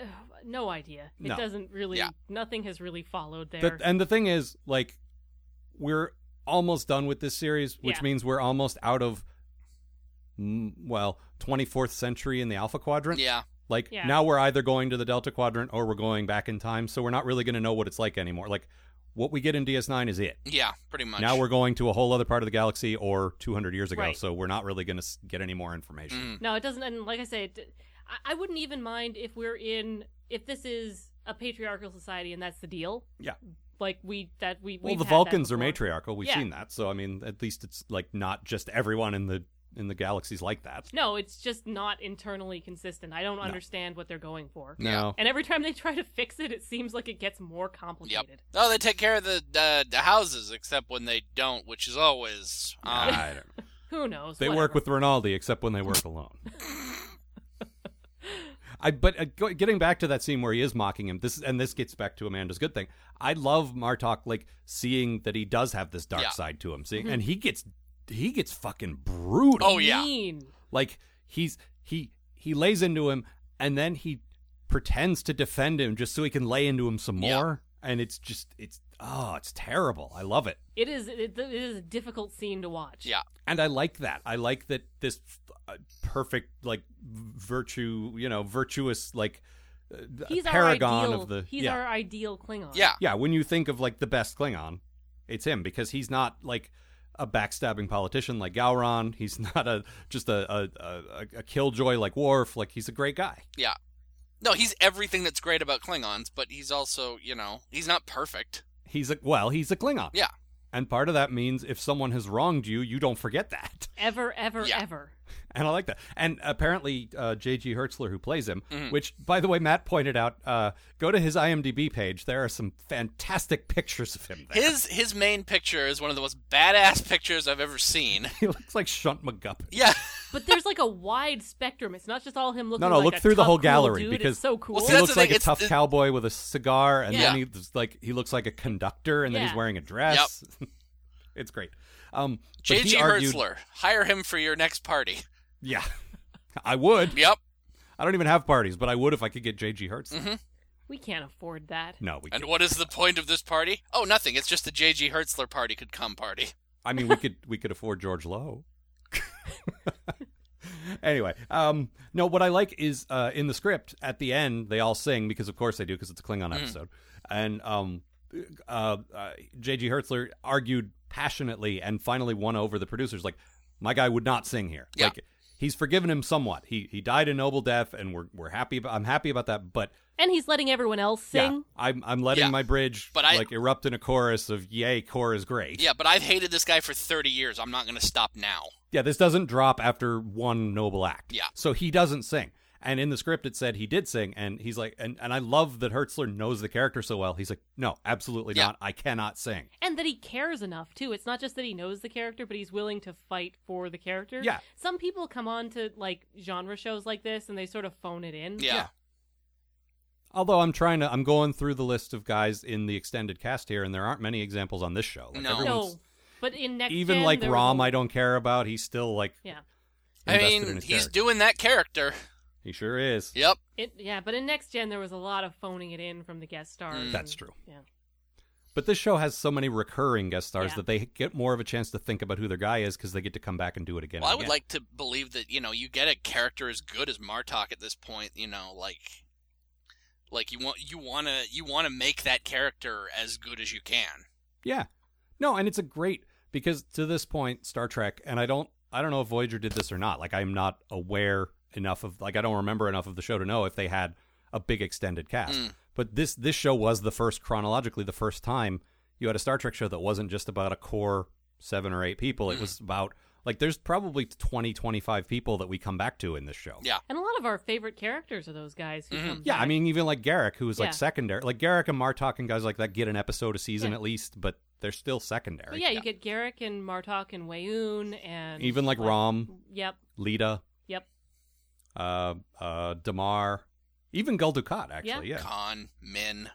Speaker 6: uh, no idea. It
Speaker 4: No.
Speaker 6: doesn't really.
Speaker 7: Yeah.
Speaker 6: Nothing has really followed there.
Speaker 4: The, and the thing is, like, we're almost done with this series, which
Speaker 6: Yeah.
Speaker 4: means we're almost out of, mm, well, 24th century in the Alpha Quadrant.
Speaker 7: Yeah.
Speaker 4: Like,
Speaker 6: Yeah.
Speaker 4: now we're either going to the Delta Quadrant or we're going back in time, so we're not really going to know what it's like anymore. Like, what we get in DS9 is it.
Speaker 7: Yeah, pretty much.
Speaker 4: Now we're going to a whole other part of the galaxy or 200 years ago,
Speaker 6: Right.
Speaker 4: so we're not really going to get any more information.
Speaker 7: Mm.
Speaker 6: no, it doesn't. And like I said, it- I, I wouldn't even mind if we're in if this is a patriarchal society and that's the deal.
Speaker 4: Yeah.
Speaker 6: Like we that we
Speaker 4: Well,
Speaker 6: we've
Speaker 4: the
Speaker 6: had that
Speaker 4: Vulcans are
Speaker 6: before.
Speaker 4: matriarchal. We've
Speaker 6: Yeah.
Speaker 4: seen that, so I mean, at least it's like not just everyone in the in the galaxy's like that.
Speaker 6: No, it's just not internally consistent. I don't understand what they're going for.
Speaker 4: No,
Speaker 6: And every time they try to fix it, it seems like it gets more complicated.
Speaker 7: Oh, they take care of the uh, the houses, except when they don't, which is always. Um,
Speaker 4: I don't.
Speaker 6: Who knows?
Speaker 4: They work
Speaker 6: Whatever.
Speaker 4: with Rinaldi, except when they work alone. I but uh, go- getting back to that scene where he is mocking him, this and this gets back to Amanda's good thing. I love Martok like seeing that he does have this dark
Speaker 7: Yeah. Mm-hmm.
Speaker 4: side to him, seeing and he gets he gets fucking brutal.
Speaker 7: Oh, yeah.
Speaker 6: Mean.
Speaker 4: Like he's he he lays into him and then he pretends to defend him just so he can lay into him some
Speaker 7: Yeah.
Speaker 4: more, and it's just it's oh it's terrible. I love it.
Speaker 6: It is it, it is a difficult scene to watch.
Speaker 7: yeah.
Speaker 4: and I like that. I like that this uh, perfect like virtue, you know, virtuous like uh,
Speaker 6: He's
Speaker 4: paragon
Speaker 6: our ideal,
Speaker 4: of the
Speaker 6: He's
Speaker 4: yeah.
Speaker 6: our ideal Klingon.
Speaker 7: Yeah.
Speaker 4: yeah, when you think of like the best Klingon, it's him because he's not like a backstabbing politician like Gowron. He's (laughs) not a just a a, a, a killjoy like Worf. Like he's a great guy.
Speaker 7: No, he's everything that's great about Klingons, but he's also, you know, he's not perfect.
Speaker 4: He's a well, he's a Klingon.
Speaker 7: Yeah.
Speaker 4: And part of that means if someone has wronged you, you don't forget that.
Speaker 6: Ever, ever,
Speaker 7: Yeah.
Speaker 6: ever.
Speaker 4: And I like that. And apparently, uh, J.G. Hertzler, who plays him,
Speaker 7: Mhm.
Speaker 4: which, by the way, Matt pointed out, uh, go to his IMDb page. There are some fantastic pictures of him there.
Speaker 7: His his main picture is one of the most badass pictures I've ever seen.
Speaker 4: (laughs) he looks like Shunt McGuppet.
Speaker 7: (laughs) Yeah.
Speaker 6: But there's like a wide spectrum. It's not just all him looking.
Speaker 4: No, no,
Speaker 6: like
Speaker 4: look
Speaker 6: a
Speaker 4: through the
Speaker 6: tough,
Speaker 4: whole
Speaker 6: cool
Speaker 4: gallery
Speaker 6: dude.
Speaker 4: because
Speaker 6: it's so cool.
Speaker 7: Well,
Speaker 4: He
Speaker 7: see, that's
Speaker 4: looks
Speaker 7: the
Speaker 4: like
Speaker 7: thing,
Speaker 4: a
Speaker 7: it's
Speaker 4: tough
Speaker 7: the-
Speaker 4: cowboy with a cigar, and
Speaker 7: Yeah.
Speaker 4: then he's like he looks like a conductor, and then
Speaker 6: Yeah.
Speaker 4: he's wearing a dress. (laughs) It's great. Um, but he
Speaker 7: J.G.
Speaker 4: argued-
Speaker 7: Hertzler, hire him for your next party.
Speaker 4: Yeah, (laughs) I
Speaker 7: (laughs)
Speaker 4: would.
Speaker 7: Yep.
Speaker 4: I don't even have parties, but I would if I could get JG Hertzler.
Speaker 7: Mm-hmm.
Speaker 6: We can't afford that.
Speaker 4: No, we.
Speaker 7: And
Speaker 4: can't.
Speaker 7: what is the point of this party? Oh, nothing. It's just the J.G. Hertzler party could come party.
Speaker 4: I mean, we could we could afford George Lowe. (laughs) anyway, um, no, what I like is uh, in the script at the end they all sing because of course they do because it's a
Speaker 7: Mm.
Speaker 4: Klingon episode, and um, uh, uh, J.G. Hertzler argued passionately and finally won over the producers. Like, my guy would not sing here.
Speaker 7: Yeah.
Speaker 4: Like, he's forgiven him somewhat. He he died a noble death, and we're we're happy. About, I'm happy about that, but
Speaker 6: And he's letting everyone else sing.
Speaker 4: yeah, I'm I'm letting
Speaker 7: Yeah.
Speaker 4: my bridge
Speaker 7: But I-
Speaker 4: like erupt in a chorus of "Yay, core is great."
Speaker 7: Yeah, but I've hated this guy for 30 years. I'm not going to stop now.
Speaker 4: Yeah, this doesn't drop after one noble act.
Speaker 7: Yeah.
Speaker 4: So he doesn't sing. And in the script it said he did sing and he's like and, and I love that Hertzler knows the character so well. He's like, No, absolutely
Speaker 7: Yeah.
Speaker 4: not. I cannot sing.
Speaker 6: And that he cares enough too. It's not just that he knows the character, but he's willing to fight for the character.
Speaker 4: Yeah.
Speaker 6: Some people come on to like genre shows like this and they sort of phone it in.
Speaker 7: Yeah.
Speaker 4: Although I'm trying to I'm going through the list of guys in the extended cast here and there aren't many examples on this show. Like,
Speaker 7: No.
Speaker 4: everyone's-
Speaker 6: No. But in next
Speaker 4: Even
Speaker 6: Gen,
Speaker 4: like
Speaker 6: there was
Speaker 4: Rom
Speaker 6: a-
Speaker 4: I don't care about, he's still like
Speaker 6: Yeah.
Speaker 7: I
Speaker 4: invested
Speaker 7: mean,
Speaker 4: in his
Speaker 7: he's
Speaker 4: character.
Speaker 7: doing that character.
Speaker 4: He sure is.
Speaker 7: Yep.
Speaker 6: It, yeah, but in next gen there was a lot of phoning it in from the guest stars.
Speaker 7: Mm.
Speaker 6: and-
Speaker 4: That's true.
Speaker 6: Yeah.
Speaker 4: But this show has so many recurring guest stars
Speaker 6: Yeah.
Speaker 4: that they get more of a chance to think about who their guy is because they get to come back and do it again.
Speaker 7: Well,
Speaker 4: and
Speaker 7: I would
Speaker 4: again.
Speaker 7: like to believe that, you know, you get a character as good as Martok at this point, you know, like like you want you want to you want to make that character as good as you can.
Speaker 4: Yeah. No, and it's a great because to this point, Star Trek, and I don't I don't know if Voyager did this or not. Like I'm not aware enough of like I don't remember enough of the show to know if they had a big extended cast.
Speaker 7: Mm.
Speaker 4: But this this show was the first chronologically the first time you had a Star Trek show that wasn't just about a core seven or eight people.
Speaker 7: Mm.
Speaker 4: It was about like there's probably 20 25 people that we come back to in this show.
Speaker 7: Yeah.
Speaker 6: And a lot of our favorite characters are those guys who
Speaker 7: Mhm.
Speaker 6: come
Speaker 4: Yeah, I
Speaker 6: back.
Speaker 4: mean even like Garrick who was
Speaker 6: Yeah.
Speaker 4: like secondary. Like Garrick and Martok and guys like that get an episode a season
Speaker 6: Yeah.
Speaker 4: at least, but they're still secondary.
Speaker 6: But yeah, you get Garrick and Martok and Wayoon and
Speaker 4: even like Rom
Speaker 6: Yep.
Speaker 4: Lita,
Speaker 6: Yep.
Speaker 4: uh, uh, Damar, even Gul Dukat, actually. Yeah.
Speaker 7: Khan,
Speaker 4: (laughs)
Speaker 7: Min,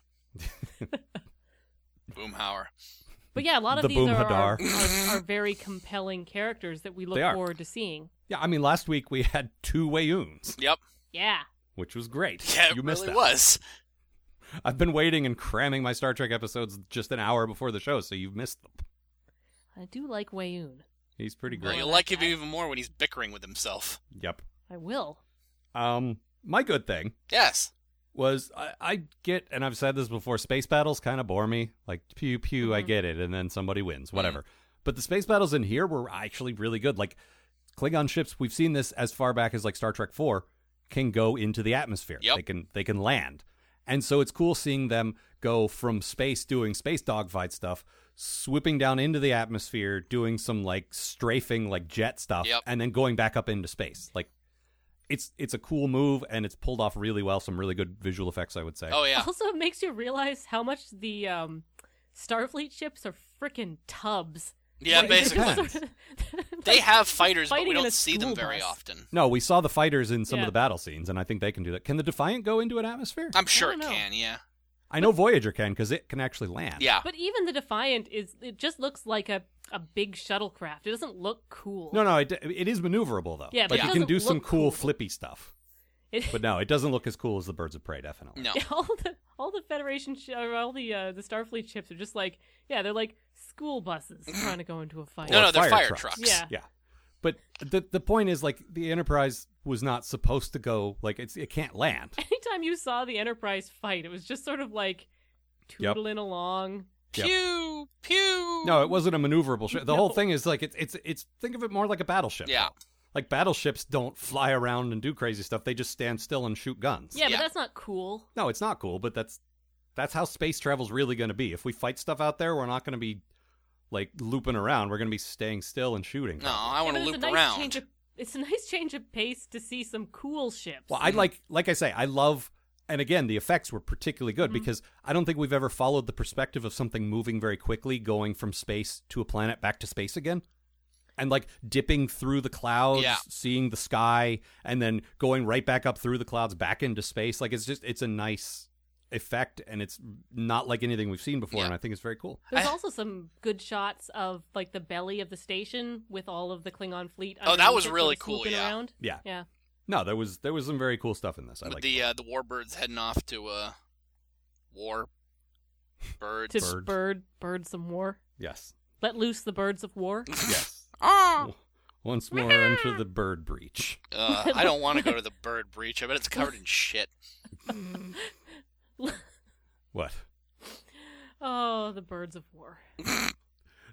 Speaker 7: Boomhauer.
Speaker 6: But yeah, a lot of
Speaker 4: The
Speaker 6: these
Speaker 4: Boom
Speaker 6: are, are,
Speaker 4: Hadar.
Speaker 6: are, are very compelling characters that we look
Speaker 4: They are.
Speaker 6: forward to seeing.
Speaker 4: Yeah, I mean, last week we (laughs) had two Wayoons,
Speaker 7: Yep.
Speaker 6: Yeah.
Speaker 4: which was great.
Speaker 7: Yeah, it
Speaker 4: you missed
Speaker 7: really
Speaker 4: that.
Speaker 7: was.
Speaker 4: I've been waiting and cramming my Star Trek episodes just an hour before the show, so you've missed them.
Speaker 6: I do like Wayoon.
Speaker 4: He's pretty
Speaker 6: Well,
Speaker 4: great.
Speaker 7: You'll like him even more when he's bickering with himself.
Speaker 4: Yep.
Speaker 6: I will.
Speaker 4: Um, my good thing
Speaker 7: Yes.
Speaker 4: was I, I get, and I've said this before, space battles kind of bore me. Like, pew, pew, I
Speaker 7: Mm-hmm.
Speaker 4: get it. And then somebody wins, whatever. But the space battles in here were actually really good. Like, Klingon ships, we've seen this as far back as like Star Trek 4, can go into the atmosphere.
Speaker 7: Yep.
Speaker 4: They can they can land. And so it's cool seeing them go from space doing space dogfight stuff, swooping down into the atmosphere, doing some like strafing like jet stuff,
Speaker 7: Yep.
Speaker 4: and then going back up into space. Like it's it's a cool move and it's pulled off really well. Some really good visual effects, I would say.
Speaker 6: (laughs)
Speaker 7: Oh yeah.
Speaker 6: Also, it makes you realize how much the um, Starfleet ships are frickin' tubs.
Speaker 7: Yeah,
Speaker 6: Like, (laughs) they're just
Speaker 7: basically.
Speaker 6: sort of-
Speaker 7: They have fighters, but
Speaker 6: Fighting
Speaker 7: we
Speaker 6: in a
Speaker 7: don't see
Speaker 6: school
Speaker 7: them very
Speaker 6: bus.
Speaker 7: often.
Speaker 4: No, we saw the fighters in some
Speaker 6: Yeah.
Speaker 4: of the battle scenes, and I think they can do that. Can the Defiant go into an atmosphere?
Speaker 7: I'm sure it
Speaker 6: don't know.
Speaker 7: can, yeah.
Speaker 4: I know Voyager can because it can actually land.
Speaker 7: Yeah.
Speaker 6: But even the Defiant is it just looks like a, a big shuttlecraft. It doesn't look cool.
Speaker 4: No, no, it, it is maneuverable though.
Speaker 6: Yeah, but
Speaker 4: like
Speaker 6: it
Speaker 4: you can
Speaker 6: doesn't
Speaker 4: do some
Speaker 6: look
Speaker 4: cool,
Speaker 6: cool.
Speaker 4: flippy stuff.
Speaker 6: It, (laughs)
Speaker 4: But no, it doesn't look as cool as the Birds of Prey, definitely.
Speaker 7: No.
Speaker 6: all the all the Federation sh- or all the uh, the Starfleet ships are just like yeah, they're like school
Speaker 7: (clears throat)
Speaker 6: buses trying to go into a fight.
Speaker 7: No,
Speaker 4: Or
Speaker 7: no, they're
Speaker 4: fire
Speaker 7: fire
Speaker 4: trucks.
Speaker 7: trucks.
Speaker 6: Yeah.
Speaker 4: Yeah, but the the point is like the Enterprise was not supposed to go like it's it can't land.
Speaker 6: (laughs) Anytime you saw the Enterprise fight, it was just sort of like
Speaker 4: Yep.
Speaker 6: tootling along.
Speaker 4: Yep.
Speaker 7: Pew pew.
Speaker 4: No, it wasn't a maneuverable ship. The whole
Speaker 6: No.
Speaker 4: thing is like it's it's it's think of it more like a battleship.
Speaker 7: Yeah.
Speaker 4: though. Like battleships don't fly around and do crazy stuff. They just stand still and shoot guns.
Speaker 6: Yeah,
Speaker 7: Yeah.
Speaker 6: but that's not cool.
Speaker 4: No, it's not cool, but that's that's how space travel's really going to be. If we fight stuff out there, we're not going to be like looping around. We're going to be staying still and shooting.
Speaker 7: No, I want
Speaker 6: Yeah,
Speaker 7: to
Speaker 6: but
Speaker 7: loop
Speaker 6: it's a nice
Speaker 7: around.
Speaker 6: Change of, it's a nice change of pace to see some cool ships.
Speaker 4: Well, I like like I say, I love and again, the effects were particularly good
Speaker 7: Mm-hmm.
Speaker 4: because I don't think we've ever followed the perspective of something moving very quickly going from space to a planet back to space again. And like dipping through the clouds,
Speaker 7: Yeah.
Speaker 4: seeing the sky, and then going right back up through the clouds back into space. Like it's just it's a nice effect, and it's not like anything we've seen before,
Speaker 7: Yeah.
Speaker 4: and I think it's very cool.
Speaker 6: There's
Speaker 7: I-
Speaker 6: also some good shots of like the belly of the station with all of the Klingon fleet.
Speaker 7: Oh, that
Speaker 6: underneath it, sort
Speaker 7: was
Speaker 6: of
Speaker 7: really cool,
Speaker 6: swooping
Speaker 7: yeah.
Speaker 6: Around.
Speaker 4: Yeah.
Speaker 6: Yeah.
Speaker 4: No, there was there was some very cool stuff in this. I
Speaker 7: with
Speaker 4: like
Speaker 7: the uh, the warbirds heading off to uh, war. Birds.
Speaker 6: To
Speaker 4: Birds.
Speaker 6: bird birds of war.
Speaker 7: (laughs)
Speaker 4: yes,
Speaker 6: Let loose the birds of war.
Speaker 4: yes.
Speaker 7: Ah!
Speaker 4: Once more into
Speaker 7: (laughs)
Speaker 4: the bird breach.
Speaker 6: (laughs)
Speaker 7: Uh, I don't want to go to the bird breach. I bet it's covered in shit.
Speaker 4: What?
Speaker 6: Oh, the birds of war.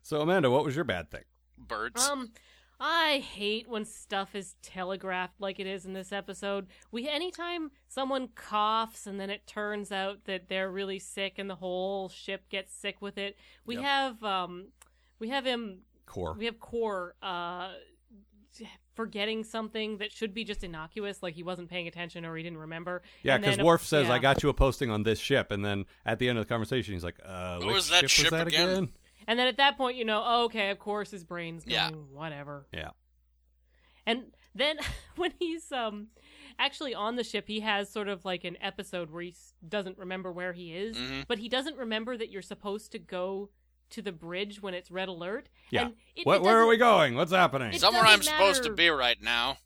Speaker 4: So Amanda, what was your bad thing?
Speaker 7: Birds.
Speaker 6: Um, I hate when stuff is telegraphed like it is in this episode. We anytime someone coughs and then it turns out that they're really sick and the whole ship gets sick with it. We
Speaker 4: Yep.
Speaker 6: have um, we have him.
Speaker 4: Core.
Speaker 6: We have Core. Uh. Forgetting something that should be just innocuous, like he wasn't paying attention or he didn't remember.
Speaker 4: Yeah,
Speaker 6: And
Speaker 4: because
Speaker 6: then-
Speaker 4: Worf says,
Speaker 6: yeah.
Speaker 4: "I got you a posting on this ship," and then at the end of the conversation, he's like, "Uh,
Speaker 7: What
Speaker 4: which
Speaker 7: was that ship
Speaker 4: was that
Speaker 7: again?"
Speaker 4: again?"
Speaker 6: And then at that point, you know, oh, okay, of course his brain's going,
Speaker 7: Yeah.
Speaker 6: whatever.
Speaker 4: Yeah.
Speaker 6: And then (laughs) when he's um actually on the ship, he has sort of like an episode where he s- doesn't remember where he is,
Speaker 7: Mhm.
Speaker 6: but he doesn't remember that you're supposed to go to the bridge when it's red alert.
Speaker 4: Yeah.
Speaker 6: And it-
Speaker 4: What,
Speaker 6: it
Speaker 4: where are
Speaker 6: doesn't-
Speaker 4: we going? What's happening?
Speaker 6: It
Speaker 7: Somewhere I'm
Speaker 6: doesn't
Speaker 7: supposed to
Speaker 6: matter.
Speaker 7: be right now.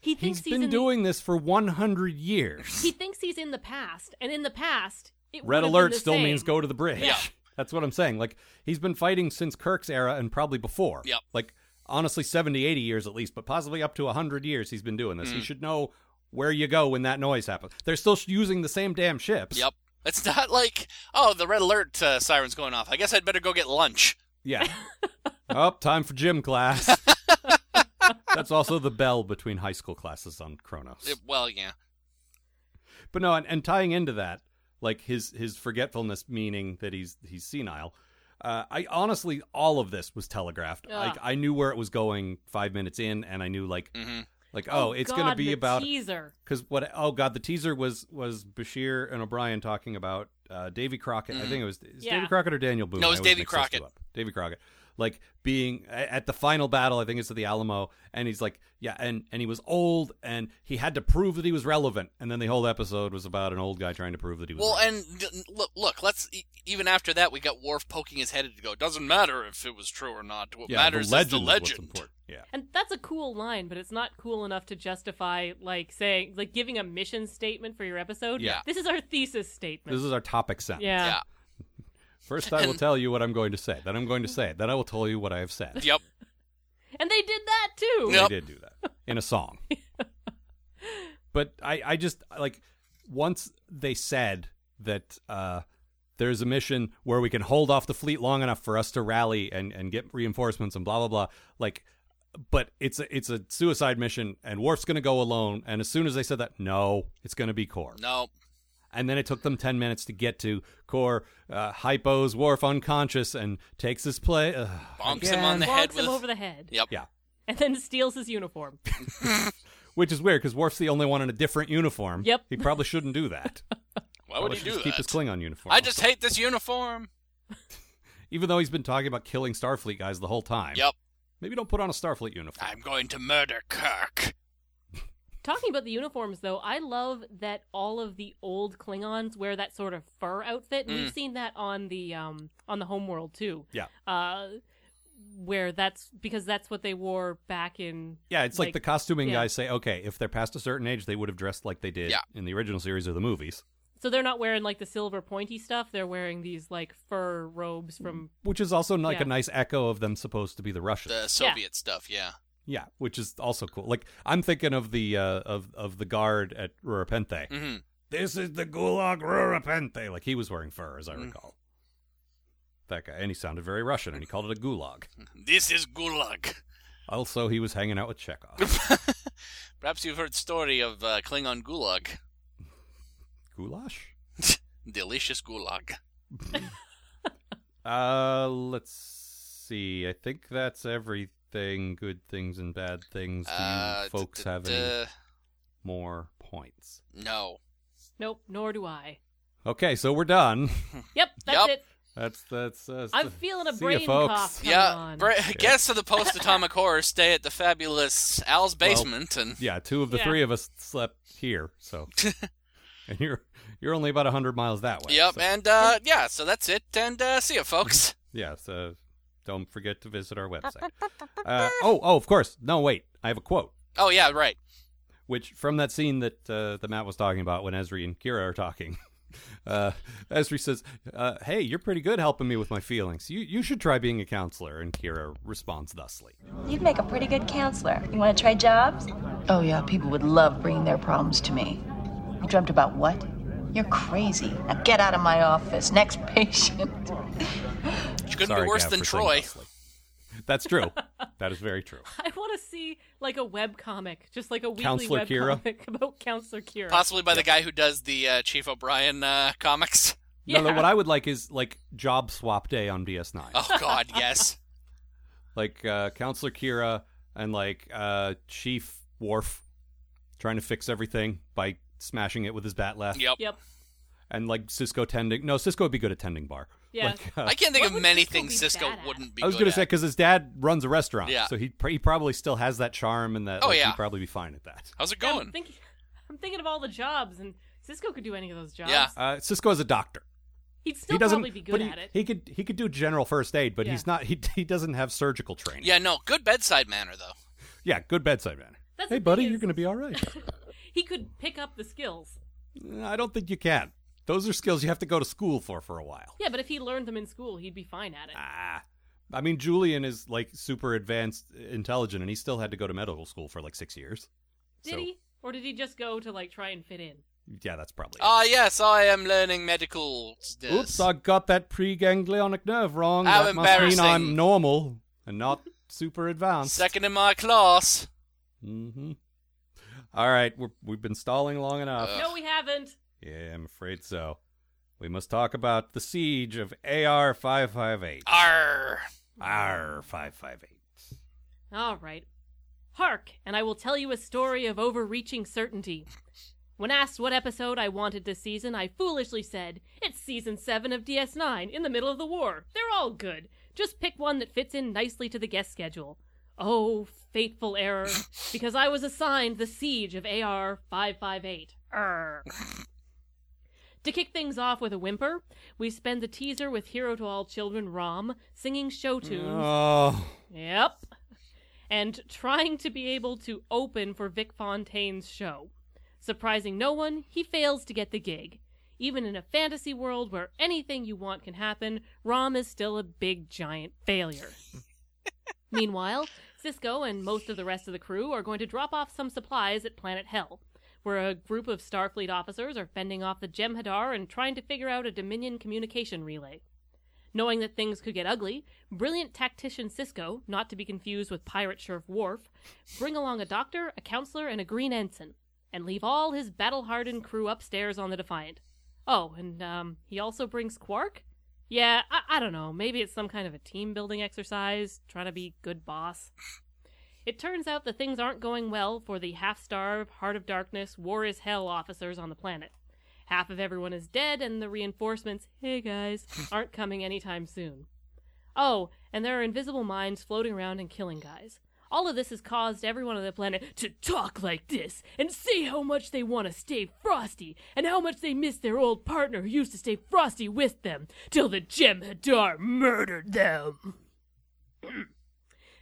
Speaker 6: He thinks
Speaker 4: He's
Speaker 6: he's,
Speaker 4: been
Speaker 6: in
Speaker 4: doing this for 100
Speaker 6: The,
Speaker 4: years.
Speaker 6: he thinks he's in the past, and in the past, it
Speaker 4: Red
Speaker 6: would've been
Speaker 4: alert
Speaker 6: the
Speaker 4: still
Speaker 6: same.
Speaker 4: means go to the bridge.
Speaker 7: Yeah.
Speaker 4: (laughs) That's what I'm saying. Like he's been fighting since Kirk's era and probably before.
Speaker 7: Yep.
Speaker 4: Like honestly 70, 80 years at least, but possibly up to 100 years he's been doing this.
Speaker 7: Mm.
Speaker 4: He should know where you go when that noise happens. They're still sh- using the same damn ships.
Speaker 7: Yep. It's not like, oh, the red alert uh, siren's going off. I guess I'd better go get lunch.
Speaker 6: (laughs)
Speaker 4: Yeah. oh, time for gym class. That's also the bell between high school classes on Kronos.
Speaker 7: It- well, yeah.
Speaker 4: But no, and, and tying into that, like his his forgetfulness, meaning that he's he's senile. Uh, I honestly, all of this was telegraphed.
Speaker 6: Ugh.
Speaker 4: Like I knew where it was going five minutes in, and I knew like
Speaker 7: hmm
Speaker 4: like oh, it's gonna
Speaker 6: God,
Speaker 4: be
Speaker 6: the
Speaker 4: about
Speaker 6: teaser.
Speaker 4: because what oh god, the teaser was was Bashir and O'Brien talking about uh, Davy Crockett. I
Speaker 7: Mhm.
Speaker 4: think it was is
Speaker 6: Yeah.
Speaker 4: Davy Crockett or Daniel Boone.
Speaker 7: No,
Speaker 4: I
Speaker 7: it was
Speaker 4: always
Speaker 7: Davy
Speaker 4: mix those two
Speaker 7: Crockett.
Speaker 4: up. Davy Crockett. Like being a- at the final battle, I think it's at the Alamo, and he's like, yeah, and and he was old, and he had to prove that he was relevant, and then the whole episode was about an old guy trying to prove that he was.
Speaker 7: Well,
Speaker 4: relevant.
Speaker 7: and d- look, look, let's e- even after that, we got Worf poking his head to go. Doesn't matter if it was true or not. What
Speaker 4: yeah,
Speaker 7: matters
Speaker 4: the legend
Speaker 7: is the
Speaker 4: is what's
Speaker 7: legend.
Speaker 4: important. yeah,
Speaker 6: And that's a cool line, but it's not cool enough to justify like saying like giving a mission statement for your episode.
Speaker 7: Yeah.
Speaker 6: This is our thesis statement.
Speaker 4: this is our topic sentence.
Speaker 6: yeah.
Speaker 7: Yeah.
Speaker 4: First, I will
Speaker 7: And-
Speaker 4: tell you what I'm going to say. Then I'm going to say. it. Then I will tell you what I have said.
Speaker 7: Yep.
Speaker 6: And they did that too.
Speaker 7: Yep.
Speaker 4: They did do that in a song. (laughs) but I, I just like once they said that uh, there's a mission where we can hold off the fleet long enough for us to rally and, and get reinforcements and blah blah blah. Like, but it's a it's a suicide mission and Worf's gonna go alone. And as soon as they said that, no, it's gonna be Core.
Speaker 7: No.
Speaker 4: And then it took them ten minutes to get to Core. Uh, hypos Worf unconscious and takes his play. Ugh,
Speaker 7: Bonks him on the
Speaker 6: Bonks
Speaker 7: head
Speaker 6: him
Speaker 7: with.
Speaker 6: over the head.
Speaker 7: Yep.
Speaker 4: yeah.
Speaker 6: And then steals his uniform.
Speaker 4: Which is weird because Worf's the only one in a different uniform.
Speaker 6: Yep.
Speaker 4: He probably shouldn't do that.
Speaker 7: (laughs) Why would
Speaker 4: Probably
Speaker 7: he
Speaker 4: should
Speaker 7: do
Speaker 4: just
Speaker 7: that?
Speaker 4: Keep his Klingon uniform.
Speaker 7: I just hate this uniform.
Speaker 4: even though he's been talking about killing Starfleet guys the whole time.
Speaker 7: Yep.
Speaker 4: Maybe don't put on a Starfleet uniform.
Speaker 7: I'm going to murder Kirk.
Speaker 6: Talking about the uniforms though, I love that all of the old Klingons wear that sort of fur outfit. And We've seen that on the um on the homeworld too.
Speaker 4: Mm. Yeah.
Speaker 6: Uh where that's because that's what they wore back in
Speaker 4: yeah, it's like,
Speaker 6: like-
Speaker 4: the costuming
Speaker 6: yeah.
Speaker 4: guys say, okay, if they're past a certain age, they would have dressed like they did
Speaker 7: Yeah.
Speaker 4: in the original series or the movies,
Speaker 6: So they're not wearing like the silver pointy stuff. They're wearing these like fur robes from.
Speaker 4: which is also like
Speaker 6: Yeah.
Speaker 4: a nice echo of them supposed to be the Russians.
Speaker 7: The Soviet stuff. Yeah.
Speaker 4: yeah, which is also cool. Like I'm thinking of the uh, of of the guard at Rurapente.
Speaker 7: hmm
Speaker 4: This is the Gulag Rurapente. Like he was wearing fur, as I
Speaker 7: Hmm.
Speaker 4: recall. That guy, and he sounded very Russian, and he called it a gulag.
Speaker 7: This is Gulag.
Speaker 4: Also, he was hanging out with Chekhov.
Speaker 7: (laughs) Perhaps you've heard story of uh, Klingon Gulag.
Speaker 4: Goulash?
Speaker 7: Delicious Gulag.
Speaker 4: Uh, let's see. I think that's everything. Good things and bad things. Do you
Speaker 7: Uh,
Speaker 4: folks
Speaker 7: d- d-
Speaker 4: have any
Speaker 7: d-
Speaker 4: more points?
Speaker 7: No.
Speaker 6: Nope, nor do I.
Speaker 4: Okay, so we're done.
Speaker 6: Yep, that's
Speaker 7: Yep.
Speaker 6: it. (laughs)
Speaker 4: That's that's. Uh,
Speaker 6: I'm
Speaker 4: s-
Speaker 6: feeling a
Speaker 4: see ya,
Speaker 6: brain
Speaker 4: folks.
Speaker 6: cough. Come
Speaker 7: yeah,
Speaker 6: on.
Speaker 7: bra- guests of the post atomic (laughs) horror stay at the fabulous Al's basement, and
Speaker 4: Yeah, two of the
Speaker 6: Yeah.
Speaker 7: (laughs)
Speaker 4: three of us slept here, so and you're You're only about 100 miles that way.
Speaker 7: Yep,
Speaker 4: so-
Speaker 7: and uh, yeah, so that's it, and uh, see
Speaker 4: (laughs)
Speaker 7: you, folks.
Speaker 4: Yeah, so uh, don't forget to visit our website. Uh, oh, oh, of course. No, wait. I have a quote,
Speaker 7: oh yeah, right.
Speaker 4: which from that scene that uh, the Matt was talking about when Esri and Kira are talking. (laughs) Uh, Esri says, uh, "Hey, you're pretty good helping me with my feelings. You you should try being a counselor." And Kira responds thusly.
Speaker 3: You'd make a pretty good counselor. You want to try jobs?
Speaker 8: Oh, yeah, people would love bringing their problems to me. You dreamt about what? You're crazy. Now get out of my office. Next (laughs) patient.
Speaker 7: Which couldn't
Speaker 4: Sorry,
Speaker 7: be worse
Speaker 4: Gav,
Speaker 7: than
Speaker 4: for saying
Speaker 7: Troy.
Speaker 4: thusly. That's
Speaker 7: (laughs)
Speaker 4: true. that is very true.
Speaker 6: I want to see like a web comic, just like a weekly
Speaker 4: Counselor
Speaker 6: web
Speaker 4: Kira?
Speaker 6: comic (laughs) about Counselor Kira.
Speaker 7: Possibly by the guy who does the uh, Chief O'Brien uh,
Speaker 6: (laughs)
Speaker 7: comics.
Speaker 6: yeah.
Speaker 4: No, no, what I would like is like job swap day on DS9.
Speaker 7: Oh God, yes.
Speaker 4: Like uh, Counselor Kira and like uh, Chief Worf trying to fix everything by smashing it with his bat left.
Speaker 7: Yep.
Speaker 6: Yep.
Speaker 4: And like Cisco tending. No, Cisco would be good at tending bar.
Speaker 6: Yeah.
Speaker 4: Like, uh,
Speaker 7: I can't think
Speaker 6: What
Speaker 7: of
Speaker 6: would
Speaker 7: many
Speaker 6: Cisco
Speaker 7: things
Speaker 6: be
Speaker 7: Cisco
Speaker 6: bad at?
Speaker 7: wouldn't be.
Speaker 4: I was
Speaker 7: good
Speaker 4: gonna say
Speaker 7: at.
Speaker 4: because his dad runs a restaurant,
Speaker 7: Yeah.
Speaker 4: so he pr- he probably still has that charm and that
Speaker 7: Oh,
Speaker 4: like,
Speaker 7: yeah.
Speaker 4: he'd probably be fine at that.
Speaker 7: how's it
Speaker 6: Yeah,
Speaker 7: going?
Speaker 6: I'm, thinking, I'm thinking of all the jobs, and Cisco could do any of those jobs.
Speaker 7: Yeah.
Speaker 4: Uh, Cisco is a doctor.
Speaker 6: He'd still
Speaker 4: he doesn't
Speaker 6: probably be
Speaker 4: but
Speaker 6: good
Speaker 4: he,
Speaker 6: at it.
Speaker 4: He could he could do general first aid, but
Speaker 6: Yeah.
Speaker 4: he's not. He he doesn't have surgical training.
Speaker 7: Yeah, no, good bedside manner though.
Speaker 4: Yeah, good bedside manner.
Speaker 6: That's the
Speaker 4: hey,
Speaker 6: thing
Speaker 4: buddy,
Speaker 6: is-
Speaker 4: you're going to be all right. (laughs)
Speaker 6: he could pick up the skills.
Speaker 4: I don't think you can. Those are skills you have to go to school for for a while.
Speaker 6: Yeah, but if he learned them in school, he'd be fine at it.
Speaker 4: Ah. I mean, Julian is like super advanced, intelligent, and he still had to go to medical school for like six years.
Speaker 6: Did
Speaker 4: so-
Speaker 6: he? Or did he just go to like try and fit in?
Speaker 4: Yeah, that's probably. it.
Speaker 7: Ah, yes, I am learning medical. s-
Speaker 4: Oops, I got that preganglionic nerve wrong.
Speaker 7: How
Speaker 4: that must mean I'm
Speaker 7: embarrassing.
Speaker 4: normal and not super advanced.
Speaker 7: second in my class.
Speaker 4: Mm-hmm. All right, we're, we've been stalling long enough.
Speaker 7: Uh.
Speaker 6: No, we haven't.
Speaker 4: Yeah, I'm afraid so. We must talk about the siege of AR 558.
Speaker 7: Arr.
Speaker 4: AR 558.
Speaker 6: All right. Hark, and I will tell you a story of overreaching certainty. When asked what episode I wanted this season, I foolishly said, It's season 7 of DS9, in the middle of the war. They're all good. Just pick one that fits in nicely to the guest schedule. Oh, fateful error, because I was assigned the siege of AR 558. Err. To kick things off with a whimper, we spend the teaser with Hero to All Children Rom singing show tunes.
Speaker 4: Oh.
Speaker 6: Yep. And trying to be able to open for Vic Fontaine's show. Surprising no one, he fails to get the gig. Even in a fantasy world where anything you want can happen, Rom is still a big giant failure. Meanwhile, Cisco and most of the rest of the crew are going to drop off some supplies at Planet Hell, where a group of Starfleet officers are fending off the Jem'Hadar and trying to figure out a Dominion communication relay. Knowing that things could get ugly, brilliant tactician Cisco, not to be confused with pirate sheriff Worf, bring along a doctor, a counselor, and a green ensign, and leave all his battle-hardened crew upstairs on the Defiant. Oh, and um, he also brings Quark. Yeah, I, I don't know. Maybe it's some kind of a team-building exercise, trying to be good boss. It turns out that things aren't going well for the half-starved, heart of darkness, war is hell officers on the planet. Half of everyone is dead, and the reinforcements, hey guys, aren't coming anytime soon. Oh, and there are invisible mines floating around and killing guys. All of this has caused everyone on the planet to talk like this and say how much they want to stay frosty and how much they miss their old partner who used to stay frosty with them till the Gem Hadar murdered them. (clears throat)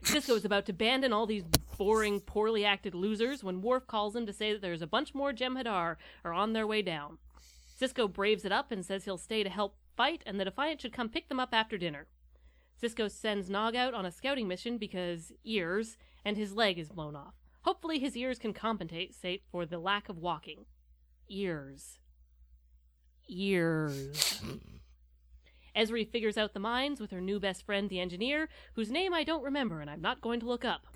Speaker 6: Cisco is about to abandon all these boring, poorly acted losers when Worf calls him to say that there's a bunch more Jem'Hadar are on their way down. Cisco braves it up and says he'll stay to help fight, and the Defiant should come pick them up after dinner. Cisco sends Nog out on a scouting mission because ears, and his leg is blown off. Hopefully, his ears can compensate for the lack of walking. Ears. Ears. Esri figures out the mines with her new best friend, the engineer, whose name I don't remember and I'm not going to look up.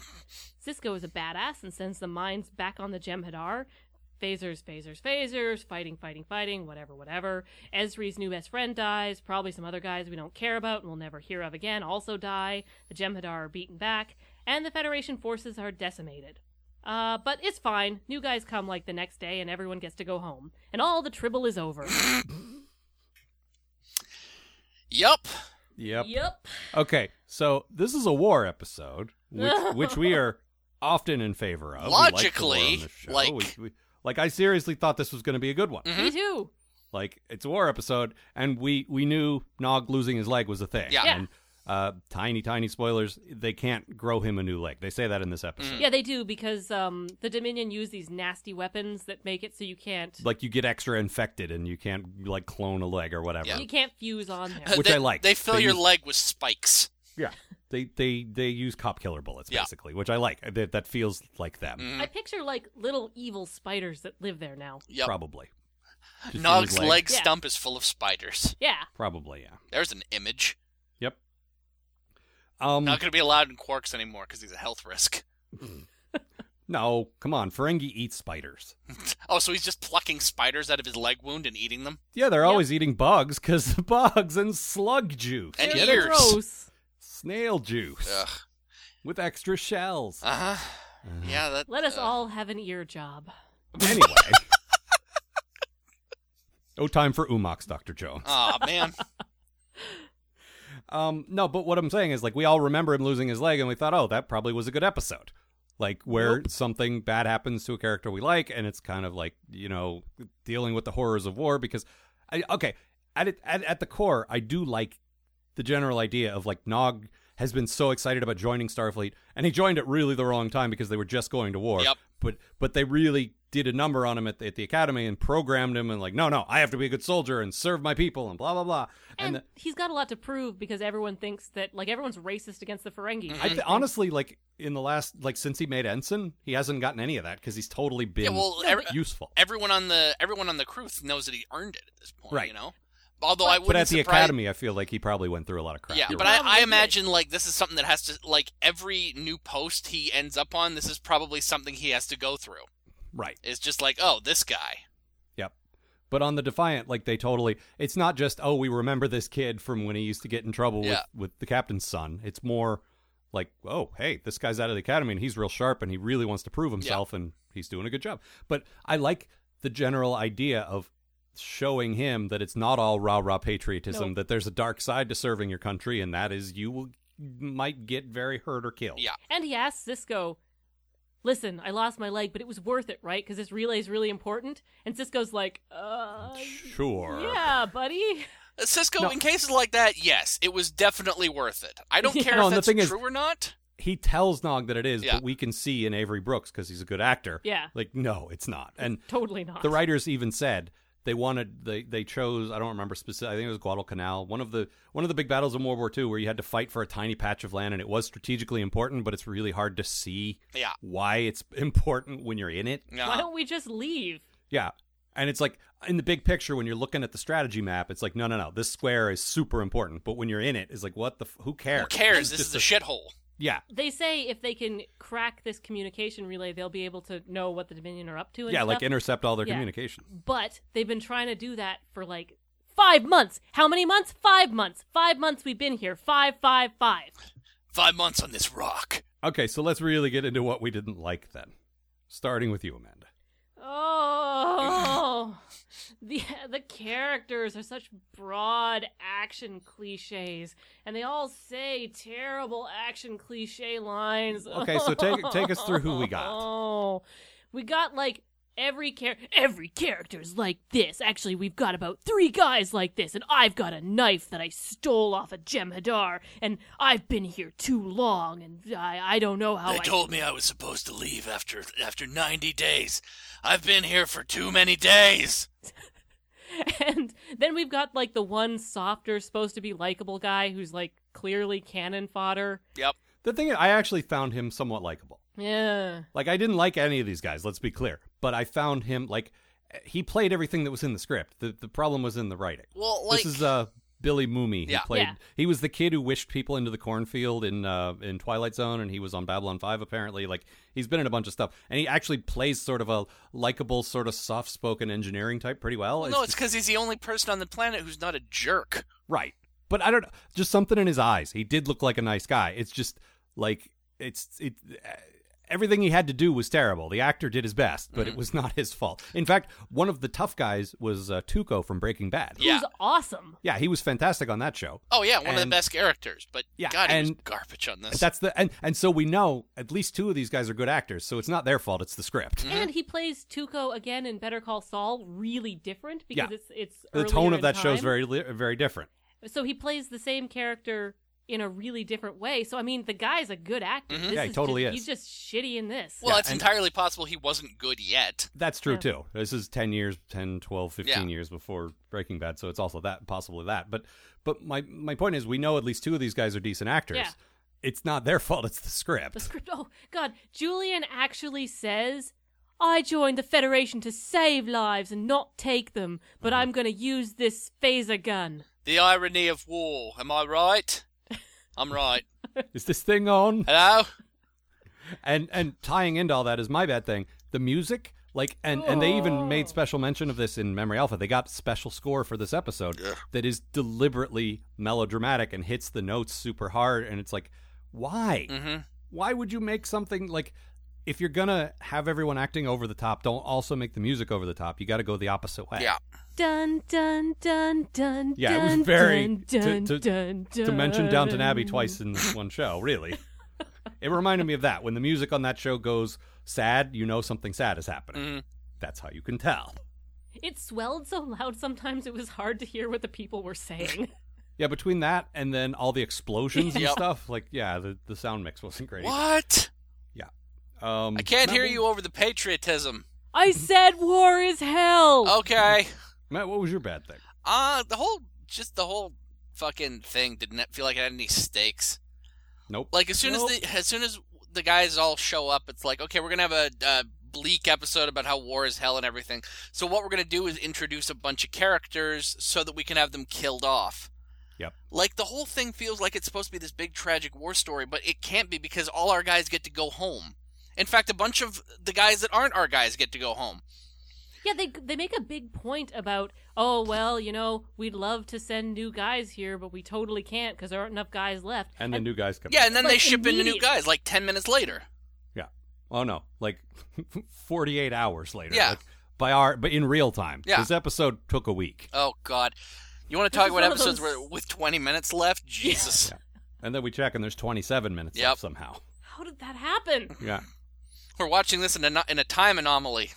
Speaker 6: Cisco is a badass and sends the mines back on the Jem'Hadar. Phasers, phasers, phasers, fighting, fighting, fighting, whatever, whatever. Ezri's new best friend dies. Probably some other guys we don't care about and we'll never hear of again also die. The Jem'Hadar are beaten back, and the Federation forces are decimated. Uh, but it's fine. New guys come like the next day, and everyone gets to go home, and all the tribble is over.
Speaker 7: Yup.
Speaker 4: (laughs) Yep.
Speaker 6: yep.
Speaker 4: Okay, so this is a war episode,
Speaker 7: (laughs)
Speaker 4: which, which we are often in favor of. We like the war on
Speaker 7: Logically,
Speaker 4: this show.
Speaker 7: like- Mm.
Speaker 4: We- we- like I seriously thought this was going to be a good one.
Speaker 6: Me too.
Speaker 4: Like it's a war episode, and we we knew Nog losing his leg was a thing.
Speaker 7: Yeah.
Speaker 6: Yeah.
Speaker 4: And, uh, tiny tiny spoilers. They can't grow him a new leg. They say that in this episode.
Speaker 6: Yeah, they do because um, the Dominion use these nasty weapons that make it so you can't
Speaker 7: Mm.
Speaker 4: Like you get extra infected, and you can't like clone a leg or whatever.
Speaker 7: Yeah.
Speaker 6: you can't fuse on
Speaker 7: (laughs)
Speaker 6: him.
Speaker 4: Which
Speaker 7: they,
Speaker 4: I like.
Speaker 7: They fill
Speaker 4: They
Speaker 7: your
Speaker 4: use-
Speaker 7: leg with spikes.
Speaker 4: Yeah. They they they use cop killer bullets
Speaker 7: Yeah. Mm,
Speaker 4: basically, which I like. That that feels like them
Speaker 6: I picture like little evil spiders that live there now.
Speaker 7: Yep.
Speaker 4: probably. Just in
Speaker 7: Nog's
Speaker 4: his
Speaker 7: leg,
Speaker 6: Yeah.
Speaker 7: stump is full of spiders.
Speaker 6: Yeah,
Speaker 4: Probably yeah.
Speaker 7: There's an image.
Speaker 4: Yep. Um.
Speaker 7: Not going to be allowed in Quarks anymore because he's a health risk.
Speaker 4: No, come on. Ferengi eats spiders.
Speaker 7: Oh, so he's just plucking spiders out of his leg wound and eating them?
Speaker 4: Yeah, they're
Speaker 6: Yep.
Speaker 4: always eating bugs because (laughs) bugs and slug juice,
Speaker 7: And
Speaker 6: They're
Speaker 7: ears.
Speaker 6: gross.
Speaker 4: snail juice
Speaker 7: Ugh.
Speaker 4: with extra
Speaker 7: (laughs)
Speaker 4: shells.
Speaker 7: Uh huh.
Speaker 4: Mm-hmm.
Speaker 7: Yeah. That,
Speaker 6: Let us
Speaker 7: uh,
Speaker 6: all have an ear job.
Speaker 4: Anyway. (laughs) Oh, time for Umox, Dr. Jones.
Speaker 7: (laughs) Aw, man.
Speaker 4: Um, no, but what I'm saying is, like, we all remember him losing his leg, and we thought, oh, that probably was a good episode. Like, where something bad happens to a character we like, and it's kind of like, you know, dealing with the horrors of war. Because, I, okay, at, it, at at the core, I do like the general idea of like Nog has been so excited about joining Starfleet, and he joined at really the wrong time because they were just going to war.
Speaker 7: Yep.
Speaker 4: But but they really did a number on him at the, at the academy and programmed him and like, no, no, I have to be a good soldier and serve my people and blah blah blah.
Speaker 6: And,
Speaker 4: the-
Speaker 6: he's got a lot to prove because everyone thinks that like everyone's racist against the Ferengi.
Speaker 4: Mm-hmm. I th- honestly like in the last like since he made ensign, he hasn't gotten any of that because he's totally been
Speaker 7: Yeah, well, every-
Speaker 4: useful.
Speaker 7: Everyone on the everyone on the crew knows that he earned it at this point.
Speaker 4: Right.
Speaker 7: You know. Although I
Speaker 4: but
Speaker 7: wouldn't
Speaker 4: at the
Speaker 7: surprise-
Speaker 4: academy, I feel like he probably went through a lot of crap.
Speaker 7: Yeah,
Speaker 4: You're
Speaker 7: but
Speaker 4: right.
Speaker 7: I,
Speaker 6: Probably
Speaker 7: I
Speaker 6: did.
Speaker 7: imagine like this is something that has to like every new post he ends up on. This is probably something he has to go through.
Speaker 4: right.
Speaker 7: It's just like, oh, this guy.
Speaker 4: Yep. But on the Defiant, like they totally, it's not just oh we remember this kid from when he used to get in trouble
Speaker 7: Yeah.
Speaker 4: with with the captain's son. It's more like oh hey this guy's out of the academy and he's real sharp and he really wants to prove himself and he's doing a good job. But I like the general idea of showing him that it's not all rah rah patriotism
Speaker 6: No.
Speaker 4: that there's a dark side to serving your country and that is you will might get very hurt or killed.
Speaker 7: Yeah.
Speaker 6: And he asks Cisco, "Listen, I lost my leg, but it was worth it, right? Because this relay is really important." And Cisco's like, "Uh,
Speaker 4: Sure.
Speaker 6: yeah, buddy."
Speaker 7: Uh, Cisco,
Speaker 4: No.
Speaker 7: in cases like that, yes, it was definitely worth it.
Speaker 4: (laughs)
Speaker 7: I don't
Speaker 6: Yeah.
Speaker 7: care
Speaker 4: No,
Speaker 7: if
Speaker 4: and the
Speaker 7: that's
Speaker 4: thing
Speaker 7: true
Speaker 4: is-
Speaker 7: or not.
Speaker 4: he tells Nog that it is,
Speaker 7: Yeah.
Speaker 4: but we can see in Avery Brooks because he's a good actor.
Speaker 6: Yeah.
Speaker 4: Like, no, it's not. And
Speaker 6: Totally not.
Speaker 4: the writers even said they wanted they they chose I don't remember specific I think it was Guadalcanal one of the one of the big battles in World War II where you had to fight for a tiny patch of land and it was strategically important but it's really hard to see
Speaker 7: Yeah.
Speaker 4: why it's (laughs) important when you're in it
Speaker 7: No.
Speaker 6: Why don't we just leave?
Speaker 4: yeah and it's like in the big picture when you're looking at the strategy map it's like no no no this square is super important but when you're in it it's like what the f- who cares
Speaker 7: Who cares?
Speaker 4: (laughs) It's
Speaker 7: This
Speaker 4: just
Speaker 7: is a shithole.
Speaker 4: yeah
Speaker 6: They say if they can crack this communication relay, they'll be able to know what the Dominion are up to. And
Speaker 4: yeah like
Speaker 6: stuff.
Speaker 4: intercept all their
Speaker 6: Yeah.
Speaker 4: communication
Speaker 6: But they've been trying to do that for like five months. How many months? Five months. Five months we've been here. Five, five, five.
Speaker 7: Five months on this rock.
Speaker 4: okay so let's really get into what we didn't like then starting with you Amanda
Speaker 6: Oh, (laughs) the the characters are such broad action cliches, and they all say terrible action cliche lines.
Speaker 4: Okay, so take- take us through who we got.
Speaker 6: Oh, we got like every char- every character's like this. Actually, we've got about three guys like this, and I've got a knife that I stole off a of Jem'Hadar, and I've been here too long, and I I don't know how
Speaker 7: they
Speaker 6: Oh, I
Speaker 7: told me I was supposed to leave after after 90 days. I've been here for too many days.
Speaker 6: (laughs) and then we've got like the one softer, supposed to be likable guy who's like clearly cannon fodder.
Speaker 7: Yep.
Speaker 4: The thing is, I actually found him somewhat likable.
Speaker 6: Yeah.
Speaker 4: Like, I didn't like any of these guys, let's be clear. But I found him, like, he played everything that was in the script. The, the problem was in the writing.
Speaker 7: Well, like
Speaker 4: this is uh, Billy Mooney.
Speaker 7: Yeah.
Speaker 4: He played.
Speaker 6: Yeah.
Speaker 4: He was the kid who wished people into the cornfield in uh, in Twilight Zone, and he was on Babylon Five. Apparently, like he's been in a bunch of stuff, and he actually plays sort of a likable, sort of soft spoken engineering type pretty well.
Speaker 7: well, no, it's
Speaker 4: just-
Speaker 7: because he's the only person on the planet who's not a jerk.
Speaker 4: Right. But I don't know. Just something in his eyes. He did look like a nice guy. It's just like it's it. uh, everything he had to do was terrible. The actor did his best, but it was not his fault. In fact, one of the tough guys was uh, Tuco from Breaking Bad.
Speaker 7: Yeah.
Speaker 6: Who's awesome.
Speaker 4: Yeah, he was fantastic on that show.
Speaker 7: Oh yeah, one of the
Speaker 4: And-
Speaker 7: best characters. But
Speaker 4: Yeah,
Speaker 7: God, he was
Speaker 4: and-
Speaker 7: garbage on this.
Speaker 4: That's the and and so we know at least two of these guys are good actors, so it's not their fault. It's the script.
Speaker 6: And he plays Tuco again in Better Call Saul, really different because
Speaker 4: Yeah.
Speaker 6: it's it's
Speaker 4: The
Speaker 6: earlier
Speaker 4: tone of
Speaker 6: in
Speaker 4: that show is
Speaker 6: time.
Speaker 4: very li- very different.
Speaker 6: So he plays the same character in a really different way. So I mean, the guy's a good actor. This
Speaker 4: Mm-hmm. Yeah, he totally
Speaker 6: just-
Speaker 4: is.
Speaker 6: He's just shitty in this.
Speaker 7: well,
Speaker 4: yeah,
Speaker 7: it's
Speaker 4: and-
Speaker 7: entirely possible he wasn't good yet.
Speaker 4: That's true
Speaker 6: Yeah.
Speaker 4: too. This is 10 years, 10, 12, 15
Speaker 7: Yeah.
Speaker 4: years before Breaking Bad, so it's also that possibly that. But but my my point is we know at least two of these guys are decent actors.
Speaker 6: Yeah.
Speaker 4: It's not their (laughs) fault, it's the script.
Speaker 6: The script. Oh God, Julian actually says, "I joined the Federation to save lives and not take them, but
Speaker 4: Mm-hmm.
Speaker 6: I'm going to use this phaser gun."
Speaker 7: The irony of war. Am I
Speaker 6: (laughs)
Speaker 7: right? I'm right.
Speaker 4: Is this thing on?
Speaker 7: Hello.
Speaker 4: And and tying into all that is my bad thing. The music like and, and they even made special mention of this in Memory Alpha. They got special score for this episode that is deliberately melodramatic and hits the notes super hard and it's like why?
Speaker 7: hmm
Speaker 4: why would you make something like if you're gonna have everyone acting over the top don't also make the music over the top you got to go the opposite way
Speaker 7: Yeah.
Speaker 6: Dun dun dun dun.
Speaker 4: Yeah, it was
Speaker 6: dun,
Speaker 4: very-
Speaker 6: dun,
Speaker 4: to-
Speaker 6: dun,
Speaker 4: to-
Speaker 6: dun, dun,
Speaker 4: to mention downton abbey twice in one show really it reminded me of that when the music on that show goes sad you know something sad is happening
Speaker 7: Mhm.
Speaker 4: that's how you can tell
Speaker 6: It swelled so loud sometimes it was hard to hear what the people were saying. (laughs)
Speaker 4: yeah between that and then all the explosions
Speaker 7: (laughs)
Speaker 4: and
Speaker 7: Yep.
Speaker 4: stuff like yeah the, the sound mix wasn't great
Speaker 7: What?
Speaker 4: um
Speaker 7: I can't
Speaker 4: Matt,
Speaker 7: hear
Speaker 4: what-
Speaker 7: you over the patriotism.
Speaker 6: I said war is hell.
Speaker 7: Oh. Okay.
Speaker 4: matt what was your bad thing
Speaker 7: Uh the whole just the whole fucking thing didn't it feel like it had any stakes.
Speaker 4: nope
Speaker 7: Like as soon
Speaker 4: Nope.
Speaker 7: as the as soon as the guys all show up, it's like okay, we're gonna have a uh, bleak episode about how war is hell and everything. So what we're gonna do is introduce a bunch of characters so that we can have them killed off.
Speaker 4: Yep.
Speaker 7: Like the whole thing feels like it's supposed to be this big tragic war story, but it can't be because all our guys get to go home. In fact, a bunch of the guys that aren't our guys get to go home.
Speaker 6: Yeah, they they make a big point about, oh well, you know, we'd love to send new guys here, but we totally can't because there aren't enough guys left.
Speaker 4: and the new guys come
Speaker 7: Yeah, and then
Speaker 6: Like,
Speaker 7: they ship in the new
Speaker 6: immediately.
Speaker 7: guys like 10 minutes later.
Speaker 4: Oh no, like (laughs) 48 hours later.
Speaker 7: Yeah.
Speaker 4: Like, by our but in real time.
Speaker 7: Yeah.
Speaker 4: This episode took a week.
Speaker 7: Oh god. You want
Speaker 6: This
Speaker 7: to talk
Speaker 6: is
Speaker 7: about
Speaker 6: one of
Speaker 7: episodes
Speaker 6: those-
Speaker 7: where with 20
Speaker 6: (laughs)
Speaker 7: minutes left? Jesus.
Speaker 4: And then we check and there's 27 minutes
Speaker 7: Yep.
Speaker 4: left somehow.
Speaker 6: How did that happen?
Speaker 4: Yeah. (laughs)
Speaker 7: We're watching this in a no- in a time anomaly.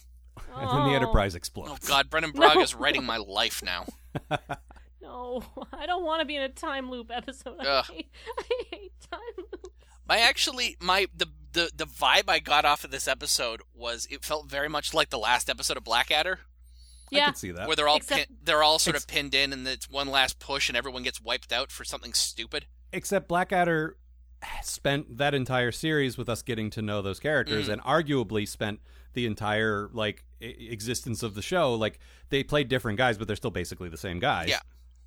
Speaker 4: And then the Enterprise explodes.
Speaker 7: Oh God, Brendan
Speaker 6: (laughs)
Speaker 7: Braga
Speaker 6: No.
Speaker 7: is writing my life now.
Speaker 6: No, (laughs) I don't want to be in a time loop episode. I
Speaker 7: Ugh.
Speaker 6: hate, (laughs) I hate time loops.
Speaker 7: I actually my the, the the vibe I got off of this episode was it felt very much like the last episode of Blackadder,
Speaker 4: I
Speaker 6: Yeah,
Speaker 4: could see that.
Speaker 7: where they're all
Speaker 6: Except-
Speaker 7: pin- they're all sort of
Speaker 4: Ex-
Speaker 7: pinned in, and it's one last push, and everyone gets wiped out for something stupid.
Speaker 4: Except Blackadder spent that entire series with us getting to know those characters
Speaker 7: Mhm.
Speaker 4: and arguably spent the entire like e- existence of the show like they played different guys but they're still basically the same guys.
Speaker 7: Yeah.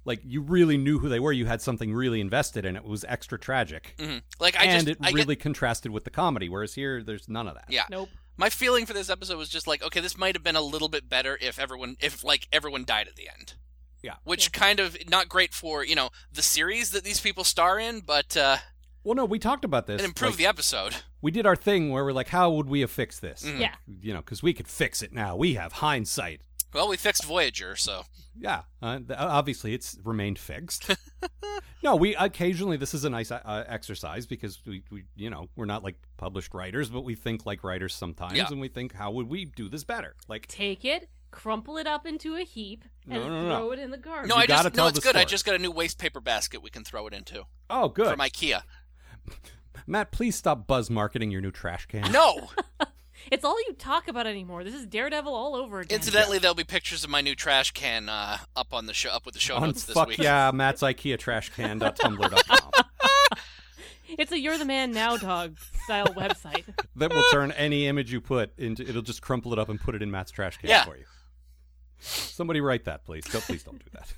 Speaker 4: Like you really knew who they were. You had something really invested in it. It was extra tragic.
Speaker 7: hmm Like I
Speaker 4: and
Speaker 7: just
Speaker 4: it
Speaker 7: I get
Speaker 4: really contrasted with the comedy, whereas here there's none of that.
Speaker 7: yeah.
Speaker 6: nope.
Speaker 7: My feeling for this episode was just like okay, this might have been a little bit better if everyone if like everyone died at the end.
Speaker 4: Yeah.
Speaker 7: Which kind of not great for you know the series that these people star in, but uh,
Speaker 4: Well, no, we talked about this.
Speaker 7: it improved
Speaker 4: like,
Speaker 7: the episode.
Speaker 4: we did our thing where we're like, how would we have fixed this?
Speaker 7: Mhm.
Speaker 6: Yeah.
Speaker 4: You know, because we could fix it now. We have hindsight.
Speaker 7: Well, we fixed Voyager, so
Speaker 4: Yeah. Uh, th- obviously, it's remained fixed. (laughs) no, we occasionally, this is a nice uh, exercise because we, we, you know, we're not like published writers, but we think like writers sometimes
Speaker 7: Yeah.
Speaker 4: and we think, how would we do this better? Like,
Speaker 6: Take it, crumple it up into a heap, and
Speaker 4: No, no, no.
Speaker 6: throw it in the garbage.
Speaker 7: No,
Speaker 4: You
Speaker 7: I
Speaker 4: gotta
Speaker 7: just no,
Speaker 4: tell
Speaker 7: it's
Speaker 4: the
Speaker 7: good. I
Speaker 4: story.
Speaker 7: just got a new waste paper basket we can throw it into
Speaker 4: oh, good.
Speaker 7: from IKEA.
Speaker 4: Matt, please stop buzz marketing your new trash can. (laughs)
Speaker 7: (laughs) No,
Speaker 6: It's all you talk about anymore. This is Daredevil all over again.
Speaker 7: incidentally, there'll be pictures of my new trash can uh, up on the show up with the show
Speaker 4: On
Speaker 7: notes this
Speaker 4: Oh, fuck
Speaker 7: week.
Speaker 4: yeah, Matt's IKEA trash
Speaker 7: (laughs)
Speaker 4: can.tumblr.com.
Speaker 6: It's a "You're the Man Now" dog
Speaker 4: (laughs)
Speaker 6: style website.
Speaker 4: that will turn any image you put into it'll just crumple it up and put it in Matt's trash can
Speaker 7: Yeah.
Speaker 4: for you. Somebody write that, please. Don't, please don't do
Speaker 7: (laughs)
Speaker 4: that.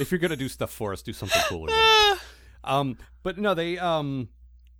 Speaker 4: if you're gonna do stuff for us, do something cooler. Than that. Um, but no, they um,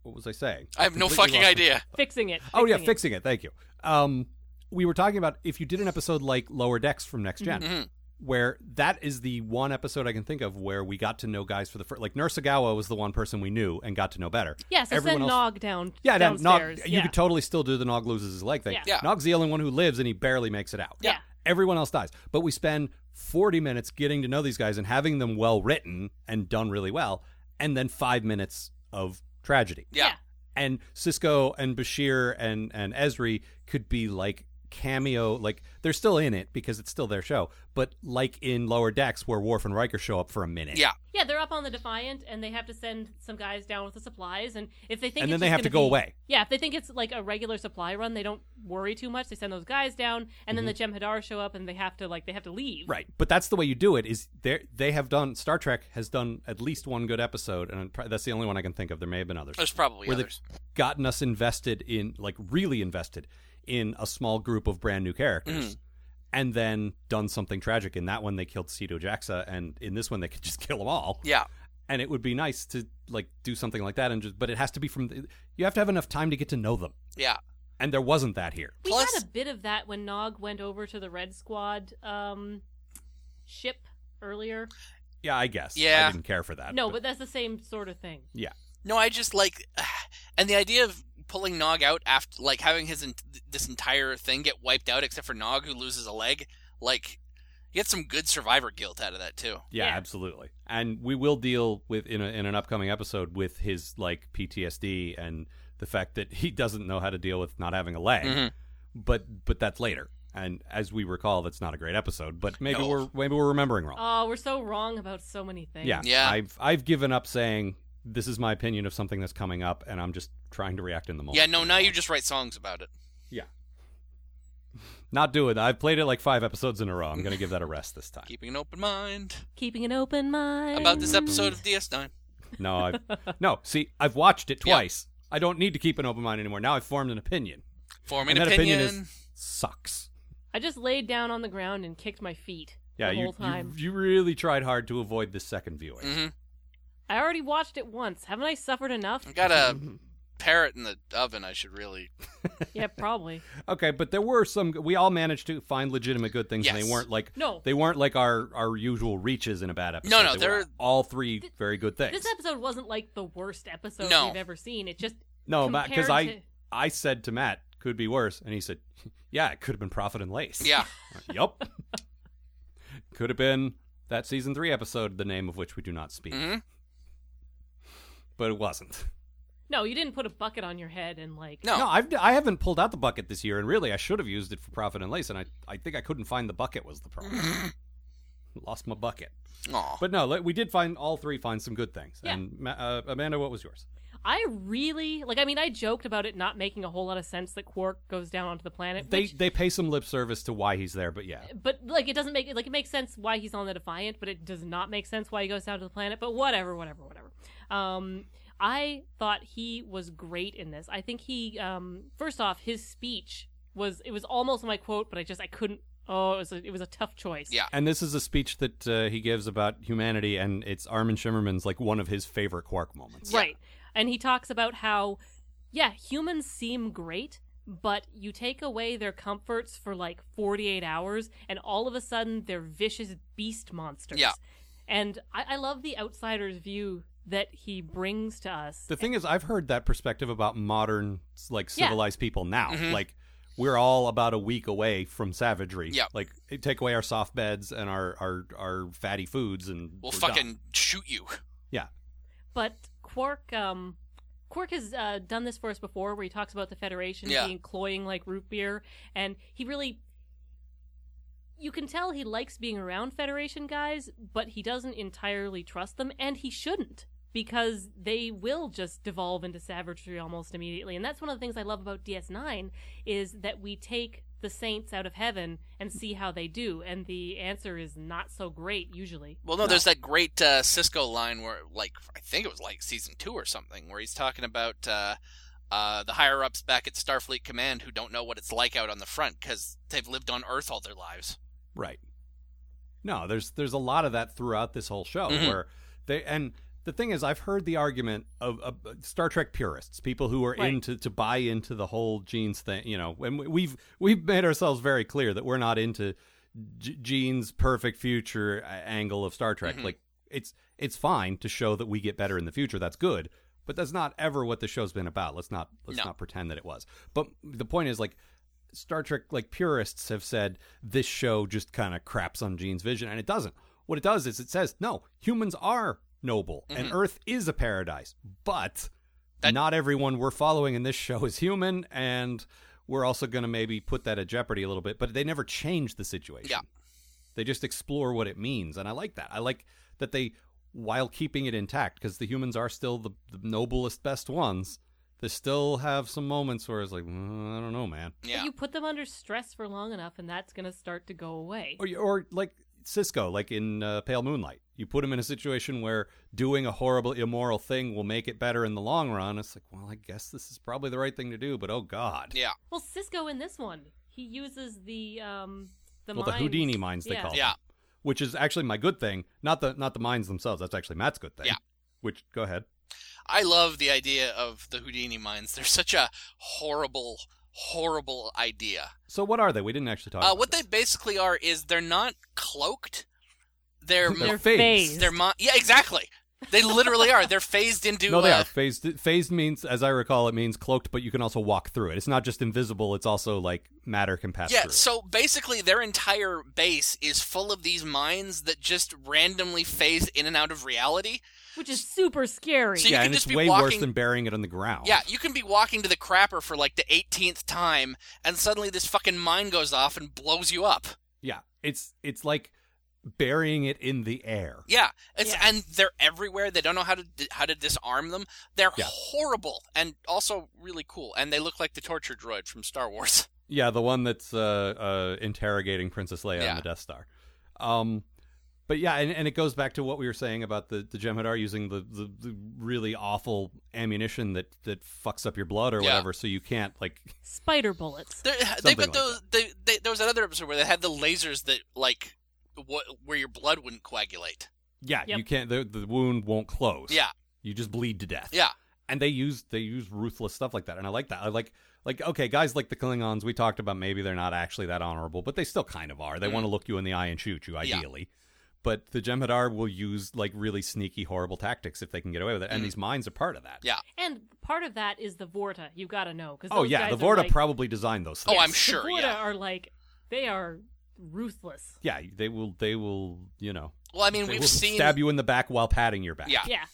Speaker 4: what was I saying?
Speaker 7: Ah. I have no
Speaker 4: Completely
Speaker 7: fucking
Speaker 4: lost my-
Speaker 7: idea.
Speaker 6: fixing it.
Speaker 4: Oh yeah,
Speaker 6: it.
Speaker 4: fixing it. Thank you. Um, we were talking about if you did an episode like Lower Decks from Next general
Speaker 7: Mhm.
Speaker 4: where that is the one episode I can think of where we got to know guys for the first. Like Nursagawa was the one person we knew and got to know better.
Speaker 6: Yeah, so
Speaker 4: Everyone
Speaker 6: send
Speaker 4: else-
Speaker 6: Nog down.
Speaker 4: Yeah, then Nog,
Speaker 6: downstairs.
Speaker 4: you
Speaker 6: yeah.
Speaker 4: could totally still do the Nog loses his leg thing.
Speaker 6: Yeah.
Speaker 7: Yeah.
Speaker 4: Nog's the only one who lives and he barely makes it out.
Speaker 6: Yeah.
Speaker 4: Everyone else dies. But we spend 40 minutes getting to know these guys and having them well written and done really well, and then five minutes of tragedy.
Speaker 7: Yeah.
Speaker 4: And Cisco and Bashir and, and Esri could be like cameo, like they're still in it because it's still their show, but like in Lower Decks where Worf and Riker show up for a minute.
Speaker 7: Yeah.
Speaker 6: Yeah, they're up on the Defiant, and they have to send some guys down with the supplies. And if they think it's
Speaker 4: And then they
Speaker 6: just
Speaker 4: have to
Speaker 6: gonna
Speaker 4: go
Speaker 6: be-
Speaker 4: away.
Speaker 6: yeah, if they think it's like a regular supply run, they don't worry too much. They send those guys down, and then the Jem'Hadar show up, and they have to like they have to leave.
Speaker 4: Mm-hmm. Right, but that's the way you do it. Is they they have done Star Trek has done at least one good episode, and pro- that's the only one I can think of. There may have been others.
Speaker 7: There's probably
Speaker 4: where
Speaker 7: others.
Speaker 4: they've gotten us invested in, like, really invested in a small group of brand new characters,
Speaker 7: Mm.
Speaker 4: and then done something tragic. In that one, they killed Cito Jaxa, and in this one, they could (laughs) just kill them all.
Speaker 7: Yeah.
Speaker 4: And it would be nice to like do something like that, and just but it has to be from the, you have to have enough time to get to know them,
Speaker 7: Yeah.
Speaker 4: and there wasn't that here.
Speaker 6: We
Speaker 7: Plus-
Speaker 6: had a bit of that when Nog went over to the Red Squad um, ship earlier.
Speaker 4: Yeah, I guess.
Speaker 7: Yeah.
Speaker 4: I didn't care for that.
Speaker 6: No, but that's the same sort of thing.
Speaker 4: yeah,
Speaker 7: No, I just like, (sighs) and the idea of pulling Nog out after, like, having his en- this entire thing get wiped out except for Nog who loses a leg, like, you get some good survivor guilt out of that too.
Speaker 4: Yeah,
Speaker 6: Yeah.
Speaker 4: absolutely. And we will deal with in a, in an upcoming episode with his like PTSD and the fact that he (laughs) doesn't know how to deal with not having a leg.
Speaker 7: Mhm.
Speaker 4: But but that's later. And as we recall, that's not a great episode. But maybe
Speaker 7: No.
Speaker 4: we're maybe we're remembering wrong.
Speaker 6: Oh, we're so wrong about so many things.
Speaker 4: yeah,
Speaker 7: Yeah.
Speaker 4: I've I've given up saying this is my opinion of something that's coming up, and I'm just trying to react in the moment.
Speaker 7: Yeah. No, now you just write songs about it.
Speaker 4: yeah. (laughs) Not doing that. I've played it like five episodes in a row. I'm going to give that a rest this time.
Speaker 7: Keeping an open mind
Speaker 6: Keeping an open mind
Speaker 7: about this episode of DS9.
Speaker 4: No, I've, no. See, I've
Speaker 6: (laughs)
Speaker 4: watched it
Speaker 7: Yeah.
Speaker 4: twice. I don't need to keep an open mind anymore. Now I've formed an opinion.
Speaker 7: Forming
Speaker 4: and that
Speaker 7: opinion.
Speaker 4: is sucks.
Speaker 6: I just laid down on the ground and kicked my feet
Speaker 4: Yeah,
Speaker 6: the whole
Speaker 4: you, you
Speaker 6: time. Mm.
Speaker 4: you really tried hard to avoid this second viewing.
Speaker 6: I already watched it once. Haven't I suffered
Speaker 7: (laughs)
Speaker 6: enough?
Speaker 7: I got a
Speaker 4: Mm-hmm.
Speaker 7: parrot in the oven. I should really.
Speaker 6: yeah, probably.
Speaker 4: Okay, but there were some. We all managed to find legitimate good things, and they
Speaker 7: Yes.
Speaker 4: weren't like
Speaker 6: No.
Speaker 4: they weren't like our our usual reaches in a bad episode.
Speaker 7: No, no,
Speaker 4: They were
Speaker 7: they're-
Speaker 4: all three very good things.
Speaker 6: This episode wasn't like the worst episode
Speaker 7: No.
Speaker 6: we've ever seen. It just
Speaker 4: no, because
Speaker 6: compared
Speaker 4: Oh, I
Speaker 6: to-
Speaker 4: I said to Matt could be worse, and he said, "Yeah, it could have been Profit and Lace." (laughs)
Speaker 7: Yeah.
Speaker 4: Yup. Could have been that season three episode, the name of which we do not speak.
Speaker 7: Mhm.
Speaker 4: But it wasn't.
Speaker 6: no, you didn't put a bucket on your head and like
Speaker 7: No.
Speaker 4: No, I've, I haven't pulled out the bucket this year, and really, I should have used it for profit and lace, and I, I think I couldn't find the bucket was the problem.
Speaker 6: (laughs)
Speaker 4: Lost my bucket.
Speaker 7: Aw.
Speaker 4: But no, like, we did find all three find some good things.
Speaker 6: Yeah.
Speaker 4: And Ma- uh, Amanda, what was yours?
Speaker 6: I really like. I mean, I joked about it not making a whole lot of sense that Quark goes down onto the planet.
Speaker 4: They
Speaker 6: which- Uh,
Speaker 4: they pay some lip service to why he's there, but yeah,
Speaker 6: but like, it doesn't make like it makes sense why he's on the Defiant, but it does not make sense why he goes down to the planet. But whatever, whatever, whatever. Um, I thought he was great in this. I think he, um, first off, his speech was it was almost my quote, but I just I couldn't. Oh, it was a, it was a tough choice.
Speaker 7: Yeah.
Speaker 4: and this is a speech that uh, he gives about humanity, and it's Armin Shimmerman's like one of his favorite Quark moments.
Speaker 6: Right. And he talks about how, yeah, humans seem great, but you take away their comforts for like 48 hours, and all of a sudden they're vicious beast monsters.
Speaker 7: Yeah.
Speaker 6: And I, I love the outsider's view that he brings to us.
Speaker 4: The thing is, I've heard that perspective about modern, like
Speaker 6: Yeah.
Speaker 4: civilized people now.
Speaker 7: Mm-hmm.
Speaker 4: Like we're all about a week away from savagery.
Speaker 7: Yeah.
Speaker 4: Like eh, take away our soft beds and our our, our fatty foods, and
Speaker 7: we'll
Speaker 4: we're
Speaker 7: fucking
Speaker 4: done.
Speaker 7: shoot you.
Speaker 4: yeah.
Speaker 6: but Quark, um, Quark has uh, done this for us before, where he talks about the Federation
Speaker 7: Yeah.
Speaker 6: being cloying like root beer, and he really. You can tell he likes being around Federation guys, but he doesn't entirely trust them, and he shouldn't because they will just devolve into savagery almost immediately. And that's one of the things I love about DS9 is that we take the saints out of heaven and see how they do, and the answer is not so great usually.
Speaker 7: Well, no, there's that great uh, Cisco line where, like, I think it was like season two or something, where he's talking about uh, uh, the higher ups back at Starfleet Command who don't know what it's like out on the front because they've lived on Earth all their lives.
Speaker 4: Right. No, there's there's a lot of that throughout this whole show
Speaker 7: Mm-hmm.
Speaker 4: where they and the thing is I've heard the argument of, of Star Trek purists, people who are
Speaker 6: Right.
Speaker 4: into to buy into the whole genes thing, you know, and we- we've we've made ourselves very clear that we're not into J- Jean's perfect future a- angle of Star
Speaker 7: Mm-hmm.
Speaker 4: Trek. Like it's it's fine to show that we get better in the future. That's good, but that's not ever what the show's been about. Let's not let's
Speaker 7: No.
Speaker 4: not pretend that it was. But the point is like Star Trek like purists have said this show just kind of craps on Gene's vision and it doesn't. What it does is it says no, humans are noble and Earth is a paradise. But
Speaker 7: Mm-hmm. That-
Speaker 4: not everyone we're following in this show is human and we're also going to maybe put that at jeopardy a little bit, but they never change the situation.
Speaker 7: Yeah.
Speaker 4: They just explore what it means and I like that. I like that they while keeping it intact because the humans are still the, the noblest best ones. They still have some moments where it's like, "Mm, I don't know, man.
Speaker 7: Yeah.
Speaker 6: You put them under stress for long enough, and that's going to start to go away.
Speaker 4: or, or like Cisco, like in uh, Pale Moonlight. You put him in a situation where doing a horrible, immoral thing will make it better in the long run. It's like, well, I guess this is probably the right thing to do, but oh god,
Speaker 7: Yeah.
Speaker 6: Well, Cisco in this one, he uses the um the
Speaker 4: well,
Speaker 6: mines.
Speaker 4: the Houdini mines they
Speaker 6: Yeah.
Speaker 4: call
Speaker 7: Yeah.
Speaker 4: them, which is actually my good thing, not the not the mines themselves. That's actually Matt's good thing.
Speaker 7: Yeah.
Speaker 4: Which go ahead.
Speaker 7: I love the idea of the Houdini mines. They're such a horrible, horrible idea.
Speaker 4: So what are they? We didn't actually talk.
Speaker 7: Uh,
Speaker 4: about
Speaker 7: what
Speaker 4: this.
Speaker 7: they basically are is they're not cloaked. They're
Speaker 4: They're
Speaker 6: They're
Speaker 7: they're,
Speaker 4: phased.
Speaker 6: phased.
Speaker 7: mon- yeah exactly. They literally are. They're phased into.
Speaker 4: no, they
Speaker 7: uh,
Speaker 4: are phased. Phased means, as I recall, it means cloaked, but you can also walk through it. It's not just invisible; it's also like matter can pass
Speaker 7: yeah,
Speaker 4: through.
Speaker 7: so basically their entire base is full of these mines that just randomly phase in and out of reality.
Speaker 6: which is super scary.
Speaker 7: So you
Speaker 4: yeah,
Speaker 7: can
Speaker 4: and
Speaker 7: just
Speaker 4: it's
Speaker 7: be
Speaker 4: way worse
Speaker 7: walking-
Speaker 4: than burying it on the ground.
Speaker 7: Yeah, you can be walking to the crapper for like the 18th time and suddenly this fucking mine goes off and blows you up.
Speaker 4: Yeah, it's it's like burying it in the air.
Speaker 7: Yeah, it's
Speaker 6: Yeah.
Speaker 7: and they're everywhere. They don't know how to di- how to disarm them. They're
Speaker 4: Yeah.
Speaker 7: horrible and also really cool. And they look like the torture droid from Star Wars. (laughs)
Speaker 4: Yeah, the one that's uh, uh, interrogating Princess Leia
Speaker 7: Yeah.
Speaker 4: on the Death Star. Um, but yeah, and, and it goes back to what we were saying about the the Jem'Hadar using the, the, the really awful ammunition that that fucks up your blood or
Speaker 7: Yeah.
Speaker 4: whatever, so you can't like.
Speaker 6: Spider bullets.
Speaker 7: They're,
Speaker 4: Something
Speaker 7: they've got
Speaker 4: like
Speaker 7: those. They, they, there was another episode where they had the lasers that like what where your blood wouldn't coagulate.
Speaker 4: Yeah,
Speaker 6: Yep.
Speaker 4: you can't. The, the wound won't close.
Speaker 7: Yeah,
Speaker 4: you just bleed to death.
Speaker 7: yeah,
Speaker 4: and they use they use ruthless stuff like that and i like that i like like okay guys like the klingons we talked about maybe they're not actually that honorable but they still kind of are they
Speaker 7: Mhm.
Speaker 4: want to look you in the eye and shoot you
Speaker 7: Yeah.
Speaker 4: ideally but the jem'hadar will use like really sneaky horrible tactics if they can get away with it and
Speaker 7: Mhm.
Speaker 4: these mines are part of that
Speaker 7: yeah.
Speaker 6: And part of that is the Vorta. You got to know because
Speaker 4: oh yeah the vorta
Speaker 6: like,
Speaker 4: probably designed those
Speaker 7: Oh,
Speaker 4: things
Speaker 7: I'm sure.
Speaker 6: The Vorta
Speaker 7: yeah.
Speaker 6: are like they are ruthless.
Speaker 4: yeah they will they will you know
Speaker 7: Well, I mean,
Speaker 4: they
Speaker 7: we've
Speaker 4: will
Speaker 7: seen.
Speaker 4: stab you in the back while patting your back
Speaker 7: Yeah.
Speaker 6: Yeah,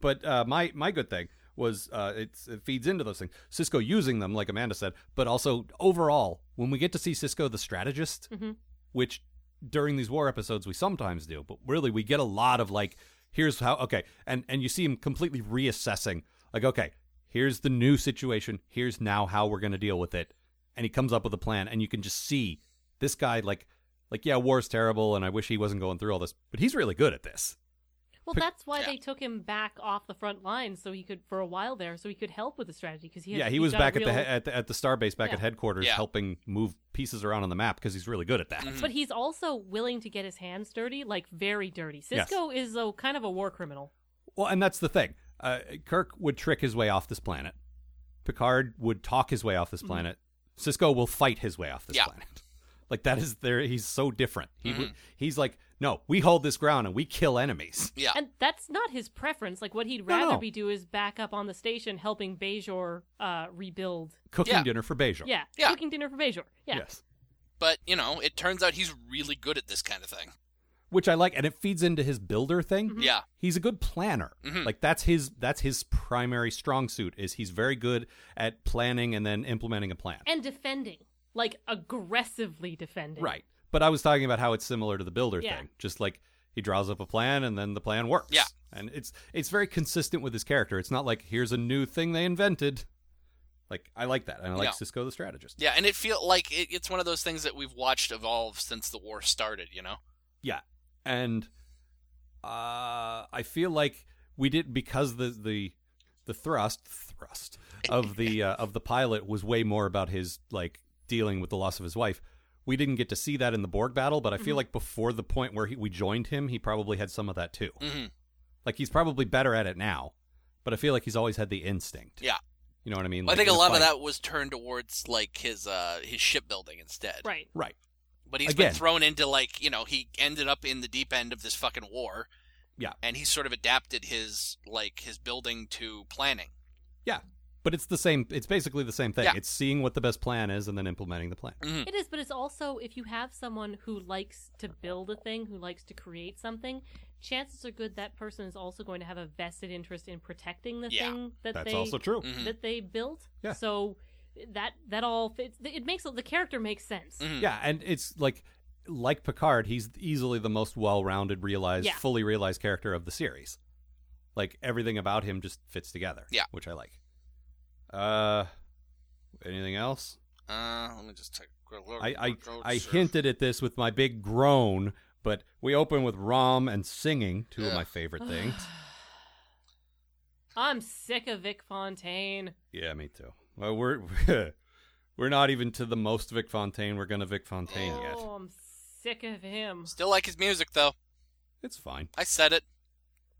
Speaker 4: But uh, my my good thing was uh, it's, it feeds into those things. Cisco using them, like Amanda said, but also overall, when we get to see Cisco the strategist,
Speaker 6: Mhm.
Speaker 4: which during these war episodes we sometimes do, but really we get a lot of like, here's how okay, and and you see him completely reassessing, like okay, here's the new situation, here's now how we're gonna deal with it, and he comes up with a plan, and you can just see this guy like. Like yeah, war's terrible, and I wish he wasn't going through all this. But he's really good at this.
Speaker 6: well,
Speaker 4: Pic-
Speaker 6: that's why
Speaker 7: Yeah.
Speaker 6: they took him back off the front line so he could for a while there, so he could help with the strategy because he had,
Speaker 4: yeah, he
Speaker 6: he's
Speaker 4: was
Speaker 6: got a
Speaker 4: back at the,
Speaker 6: real-
Speaker 4: he- at the at the starbase back at
Speaker 6: Yeah.
Speaker 4: headquarters,
Speaker 7: Yeah. Mm-hmm.
Speaker 4: helping move pieces around on the map because he's really good at that.
Speaker 6: But he's also willing to get his hands dirty, like very dirty.
Speaker 4: Yes.
Speaker 6: Cisco is a kind of a war criminal.
Speaker 4: Well, and that's the thing. Uh, Kirk would trick his way off this planet. Picard would talk his way off
Speaker 6: Mm-hmm.
Speaker 4: this planet. Cisco will fight his way off this
Speaker 7: Yeah. Mm-hmm.
Speaker 4: planet. (laughs) Like that is there. He's so different. He would he's like, no, we hold this ground and we kill enemies.
Speaker 7: Yeah.
Speaker 6: And that's not his preference. Like what he'd
Speaker 4: No,
Speaker 6: rather
Speaker 4: no.
Speaker 6: be do is back up on the station helping Bejor uh, rebuild.
Speaker 4: Cooking
Speaker 7: Yeah.
Speaker 4: dinner for Bajor.
Speaker 6: Yeah,
Speaker 7: Yeah.
Speaker 6: cooking dinner for Bejor. Yeah.
Speaker 4: Yes.
Speaker 7: But you know, it turns out he's really good at this kind of thing.
Speaker 4: Which I like, and it feeds into his builder thing.
Speaker 7: Mm-hmm. Yeah. Mm-hmm.
Speaker 4: he's a good planner like that's his that's his primary strong suit is he's very good at planning and then implementing a plan
Speaker 6: And defending, like aggressively defending.
Speaker 4: right but i was talking about how it's similar to the builder
Speaker 6: Yeah.
Speaker 4: thing just like he draws up a plan and then the plan works
Speaker 7: Yeah.
Speaker 4: and it's it's very consistent with his character it's not like here's a new thing they invented like i like that and i like
Speaker 7: Yeah.
Speaker 4: cisco the strategist
Speaker 7: Yeah, and it feel like it, it's one of those things that we've watched evolve since the war started. You know.
Speaker 4: Yeah, and uh, I feel like we did because the the the thrust thrust of
Speaker 7: (laughs)
Speaker 4: the uh, of the pilot was way more about his like dealing with the loss of his wife. We didn't get to see that in the Borg battle, but I
Speaker 7: Mm-hmm.
Speaker 4: feel like before the point where he, we joined him, he probably had some of that too.
Speaker 7: Mhm.
Speaker 4: Like he's probably better at it now, but I feel like he's always had the instinct.
Speaker 7: Yeah.
Speaker 4: You know what I mean?
Speaker 7: Well, I
Speaker 4: Like,
Speaker 7: think a
Speaker 4: in
Speaker 7: lot of
Speaker 4: fight-
Speaker 7: that was turned towards like his uh his shipbuilding instead.
Speaker 6: Right.
Speaker 4: Right.
Speaker 7: but he's
Speaker 4: Again.
Speaker 7: been thrown into like you know he ended up in the deep end of this fucking war.
Speaker 4: Yeah.
Speaker 7: and he sort of adapted his like his building to planning.
Speaker 4: Yeah. But it's the same. It's basically the same thing.
Speaker 7: Yeah. Mm.
Speaker 4: It's seeing what the best plan is and then implementing the plan.
Speaker 6: It is, but it's also if you have someone who likes to build a thing, who likes to create something, chances are good that person is also going to have a vested interest in protecting the
Speaker 7: Yeah.
Speaker 6: thing that
Speaker 4: That's
Speaker 6: they
Speaker 4: also
Speaker 7: Mm-hmm.
Speaker 4: true.
Speaker 6: that they built.
Speaker 4: Mm-hmm. Yeah.
Speaker 6: So that that all fits. It makes the character makes sense.
Speaker 7: Mm-hmm.
Speaker 4: Yeah, and it's like like Picard, he's easily the most well-rounded, realized,
Speaker 6: Yeah.
Speaker 4: fully realized character of the series. Like everything about him just fits together.
Speaker 7: Yeah.
Speaker 4: which I like. Uh, anything else?
Speaker 7: Uh, let me just take.
Speaker 4: I I, I hinted at this with my big groan, but we open with Rom and singing, two of my favorite
Speaker 6: (sighs)
Speaker 4: things.
Speaker 6: I'm sick of Vic Fontaine.
Speaker 4: yeah, me too. Well, we're (laughs) we're not even to the most Vic Fontaine. We're gonna Vic Fontaine yet.
Speaker 6: Oh, I'm sick of him.
Speaker 7: Still like his music though.
Speaker 4: It's fine.
Speaker 7: I said it.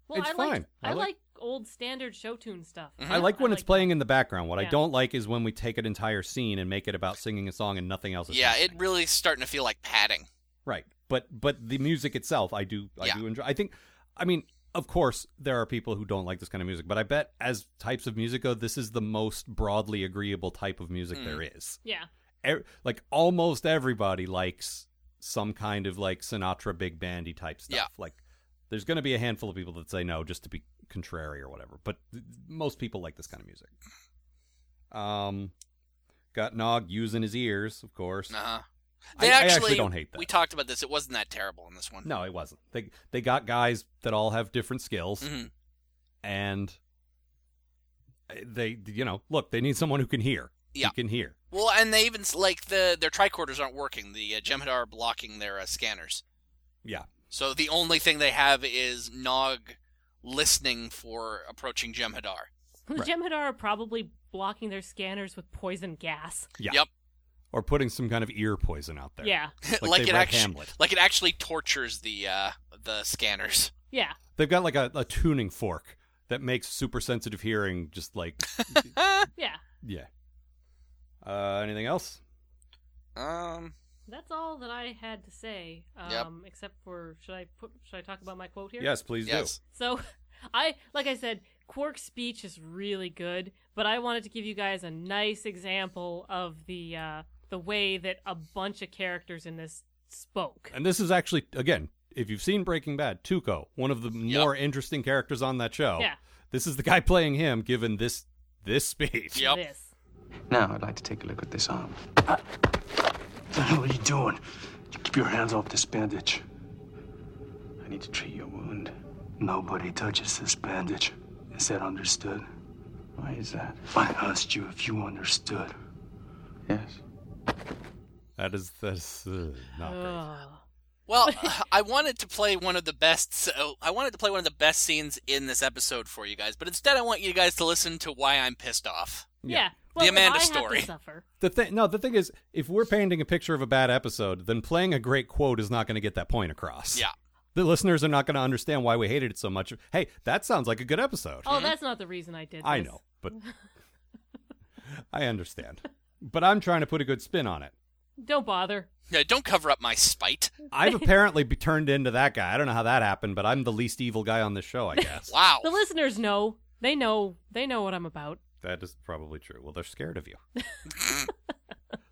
Speaker 6: Well,
Speaker 4: It's
Speaker 6: I like
Speaker 4: fine. I
Speaker 6: I,
Speaker 4: like- Mm-hmm.
Speaker 6: like old standard show tune stuff.
Speaker 7: Mm-hmm.
Speaker 4: I like when it's
Speaker 6: that.
Speaker 4: playing in the background. What I
Speaker 6: Yeah.
Speaker 4: don't like is when we take an entire scene and make it about singing a song and nothing else. Is
Speaker 7: Yeah, it
Speaker 4: happening.
Speaker 7: really is starting to feel like padding.
Speaker 4: right. But but the music itself, I do I
Speaker 7: Yeah.
Speaker 4: do enjoy. I think, I mean, of course, there are people who don't like this kind of music, but I bet as types of music go, this is the most broadly agreeable type of
Speaker 7: Mm.
Speaker 4: music there is. (laughs)
Speaker 6: Yeah.
Speaker 4: E- like almost everybody likes some kind of like Sinatra big bandy type stuff.
Speaker 7: Yeah.
Speaker 4: Like there's going to be a handful of people that say no just to be contrary or whatever, but th- most people like this kind of music. Um got Nog using his ears, of course.
Speaker 7: Uh huh.
Speaker 4: I- I actually don't hate that.
Speaker 7: We talked about this. It wasn't that terrible in this one.
Speaker 4: No, it wasn't. They they got guys that all have different skills
Speaker 7: Mhm.
Speaker 4: and eh, they you know, look, they need someone who can hear.
Speaker 7: Yeah.
Speaker 4: Who can hear.
Speaker 7: Well, and they even like the their tricorders aren't working. The uh, Jem'Hadar are blocking their uh, scanners,
Speaker 4: Yeah.
Speaker 7: so the only thing they have is Nog listening for approaching Jem'Hadar.
Speaker 6: The Jem'Hadar are probably blocking their scanners with poison gas.
Speaker 4: Yeah.
Speaker 7: Yep,
Speaker 4: Or putting some kind of ear poison out there.
Speaker 6: Yeah.
Speaker 4: Like,
Speaker 7: like
Speaker 4: they
Speaker 7: it
Speaker 4: read
Speaker 7: actually
Speaker 4: Hamlet.
Speaker 7: like it actually tortures the uh, the scanners.
Speaker 6: Yeah.
Speaker 4: They've got like a, a tuning fork that makes super sensitive hearing just like (laughs)
Speaker 6: Yeah.
Speaker 4: yeah. Uh, anything else?
Speaker 7: Um,
Speaker 6: That's all that I had to say. Um,
Speaker 7: Yep.
Speaker 6: Except for should I put should I talk about my quote here?
Speaker 4: Yes, please
Speaker 7: yes,
Speaker 6: So, (laughs) I like I said, Quark's speech is really good, but I wanted to give you guys a nice example of the uh, the way that a bunch of characters in this spoke.
Speaker 4: do. And this is actually again, if you've seen Breaking Bad, Tuco, one of the
Speaker 7: Yep.
Speaker 4: more interesting characters on that show.
Speaker 6: Yeah.
Speaker 4: This is the guy playing him given this this speech.
Speaker 7: yep. (laughs)
Speaker 6: This.
Speaker 9: Now I'd like to take a look at this arm. What the hell are you doing? You keep your hands off this bandage. I need to treat your wound. Nobody touches this bandage. Is that understood? Why is that? I asked you if you understood. Yes.
Speaker 4: That is that's uh, not great.
Speaker 6: Ugh.
Speaker 7: Well, I wanted to play one of the best. So I wanted to play one of the best scenes in this episode for you guys, but instead I want you guys to listen to why I'm pissed off.
Speaker 6: Yeah. Well, if
Speaker 7: Amanda
Speaker 6: I have to
Speaker 7: story.
Speaker 6: suffer.
Speaker 4: The thing no, the thing is if we're painting a picture of a bad episode, then playing a great quote is not going to get that point across.
Speaker 7: Yeah.
Speaker 4: The listeners are not going to understand why we hated it so much. Hey, that sounds like a good episode.
Speaker 6: Oh, that's not the reason I did.
Speaker 4: Mm-hmm. I
Speaker 6: this.
Speaker 4: know, but (laughs) I understand. But I'm trying to put a good spin on it.
Speaker 6: Don't bother.
Speaker 7: Yeah, don't cover up my spite.
Speaker 4: (laughs) I've apparently be turned into that guy. I don't know how that happened, but I'm the least evil guy on this show, I (laughs) guess.
Speaker 7: Wow.
Speaker 6: The listeners know. They know. They know what I'm about.
Speaker 4: that is probably true. Well, they're scared of you. (laughs)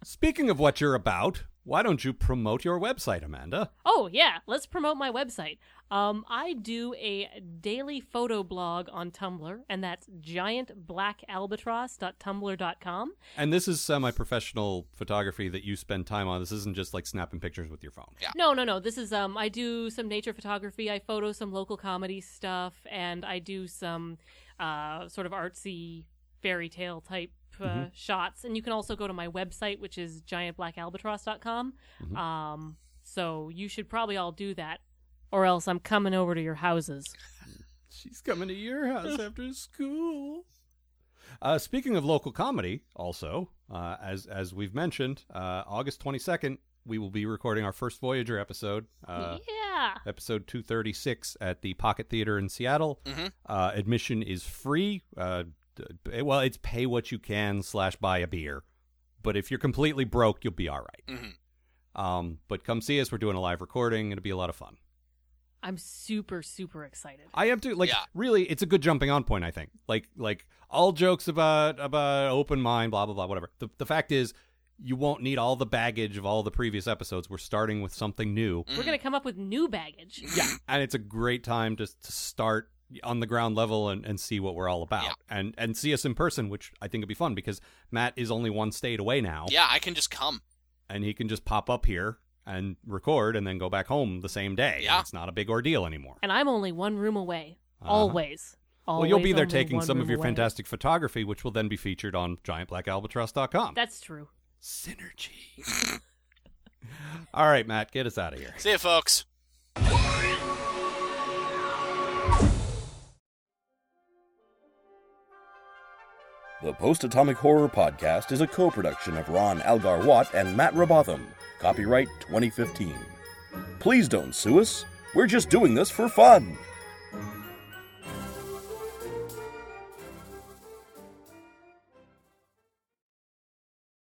Speaker 4: Speaking of what you're about, why don't you promote your website, Amanda?
Speaker 6: Oh yeah, let's promote my website. Um, I do a daily photo blog on Tumblr, and that's giantblackalbatross.tumblr.com.
Speaker 4: And this is semi professional photography that you spend time on. This isn't just like snapping pictures with your phone.
Speaker 7: Yeah.
Speaker 6: No, no, no. This is um I do some nature photography, I photo some local comedy stuff, and I do some uh sort of artsy fairy tale type uh,
Speaker 4: Mm-hmm.
Speaker 6: shots. And you can also go to my website which is giantblackalbatross.com.
Speaker 4: Mm-hmm.
Speaker 6: Um so you should probably all do that or else I'm coming over to your houses.
Speaker 4: She's coming to your (laughs) house after school. Uh, speaking of local comedy, also uh, as as we've mentioned, uh, August twenty second, we will be recording our first Voyager episode, uh,
Speaker 6: yeah.
Speaker 4: episode two thirty six, at the Pocket Theater in Seattle. Uh, admission is free. Uh, d- well, it's pay what you can slash buy a beer, but if you're completely broke, you'll be all right. Um, but come see us. We're doing a live recording. It'll be a lot of fun.
Speaker 6: I'm super, super excited.
Speaker 4: I am too. Like,
Speaker 7: Yeah.
Speaker 4: really, it's a good jumping on point. I think. Like, like all jokes about about open mind, blah blah blah, whatever. The the fact is, you won't need all the baggage of all the previous episodes. We're starting with something new,
Speaker 6: We're going to come up with new baggage.
Speaker 4: yeah, and it's a great time to to start on the ground level and, and see what we're all about,
Speaker 7: Yeah.
Speaker 4: and and see us in person, which I think would be fun because Matt is only one state away now,
Speaker 7: Yeah, I can just come.
Speaker 4: and he can just pop up here and record and then go back home the same day.
Speaker 7: Yeah.
Speaker 4: it's not a big ordeal anymore.
Speaker 6: And I'm only one room away.
Speaker 4: Uh-huh.
Speaker 6: Always. Always.
Speaker 4: well, you'll be there
Speaker 6: only
Speaker 4: taking
Speaker 6: one
Speaker 4: some of
Speaker 6: room
Speaker 4: your
Speaker 6: away.
Speaker 4: fantastic photography, which will then be featured on giantblackalbatross.com.
Speaker 6: That's true.
Speaker 4: Synergy. (laughs) All right, Matt, get us out of here.
Speaker 7: See you, folks.
Speaker 5: The Post Atomic Horror Podcast is a co production of Ron Algar Watt and Matt Robotham. Copyright 2015. Please don't sue us. We're just doing this for fun.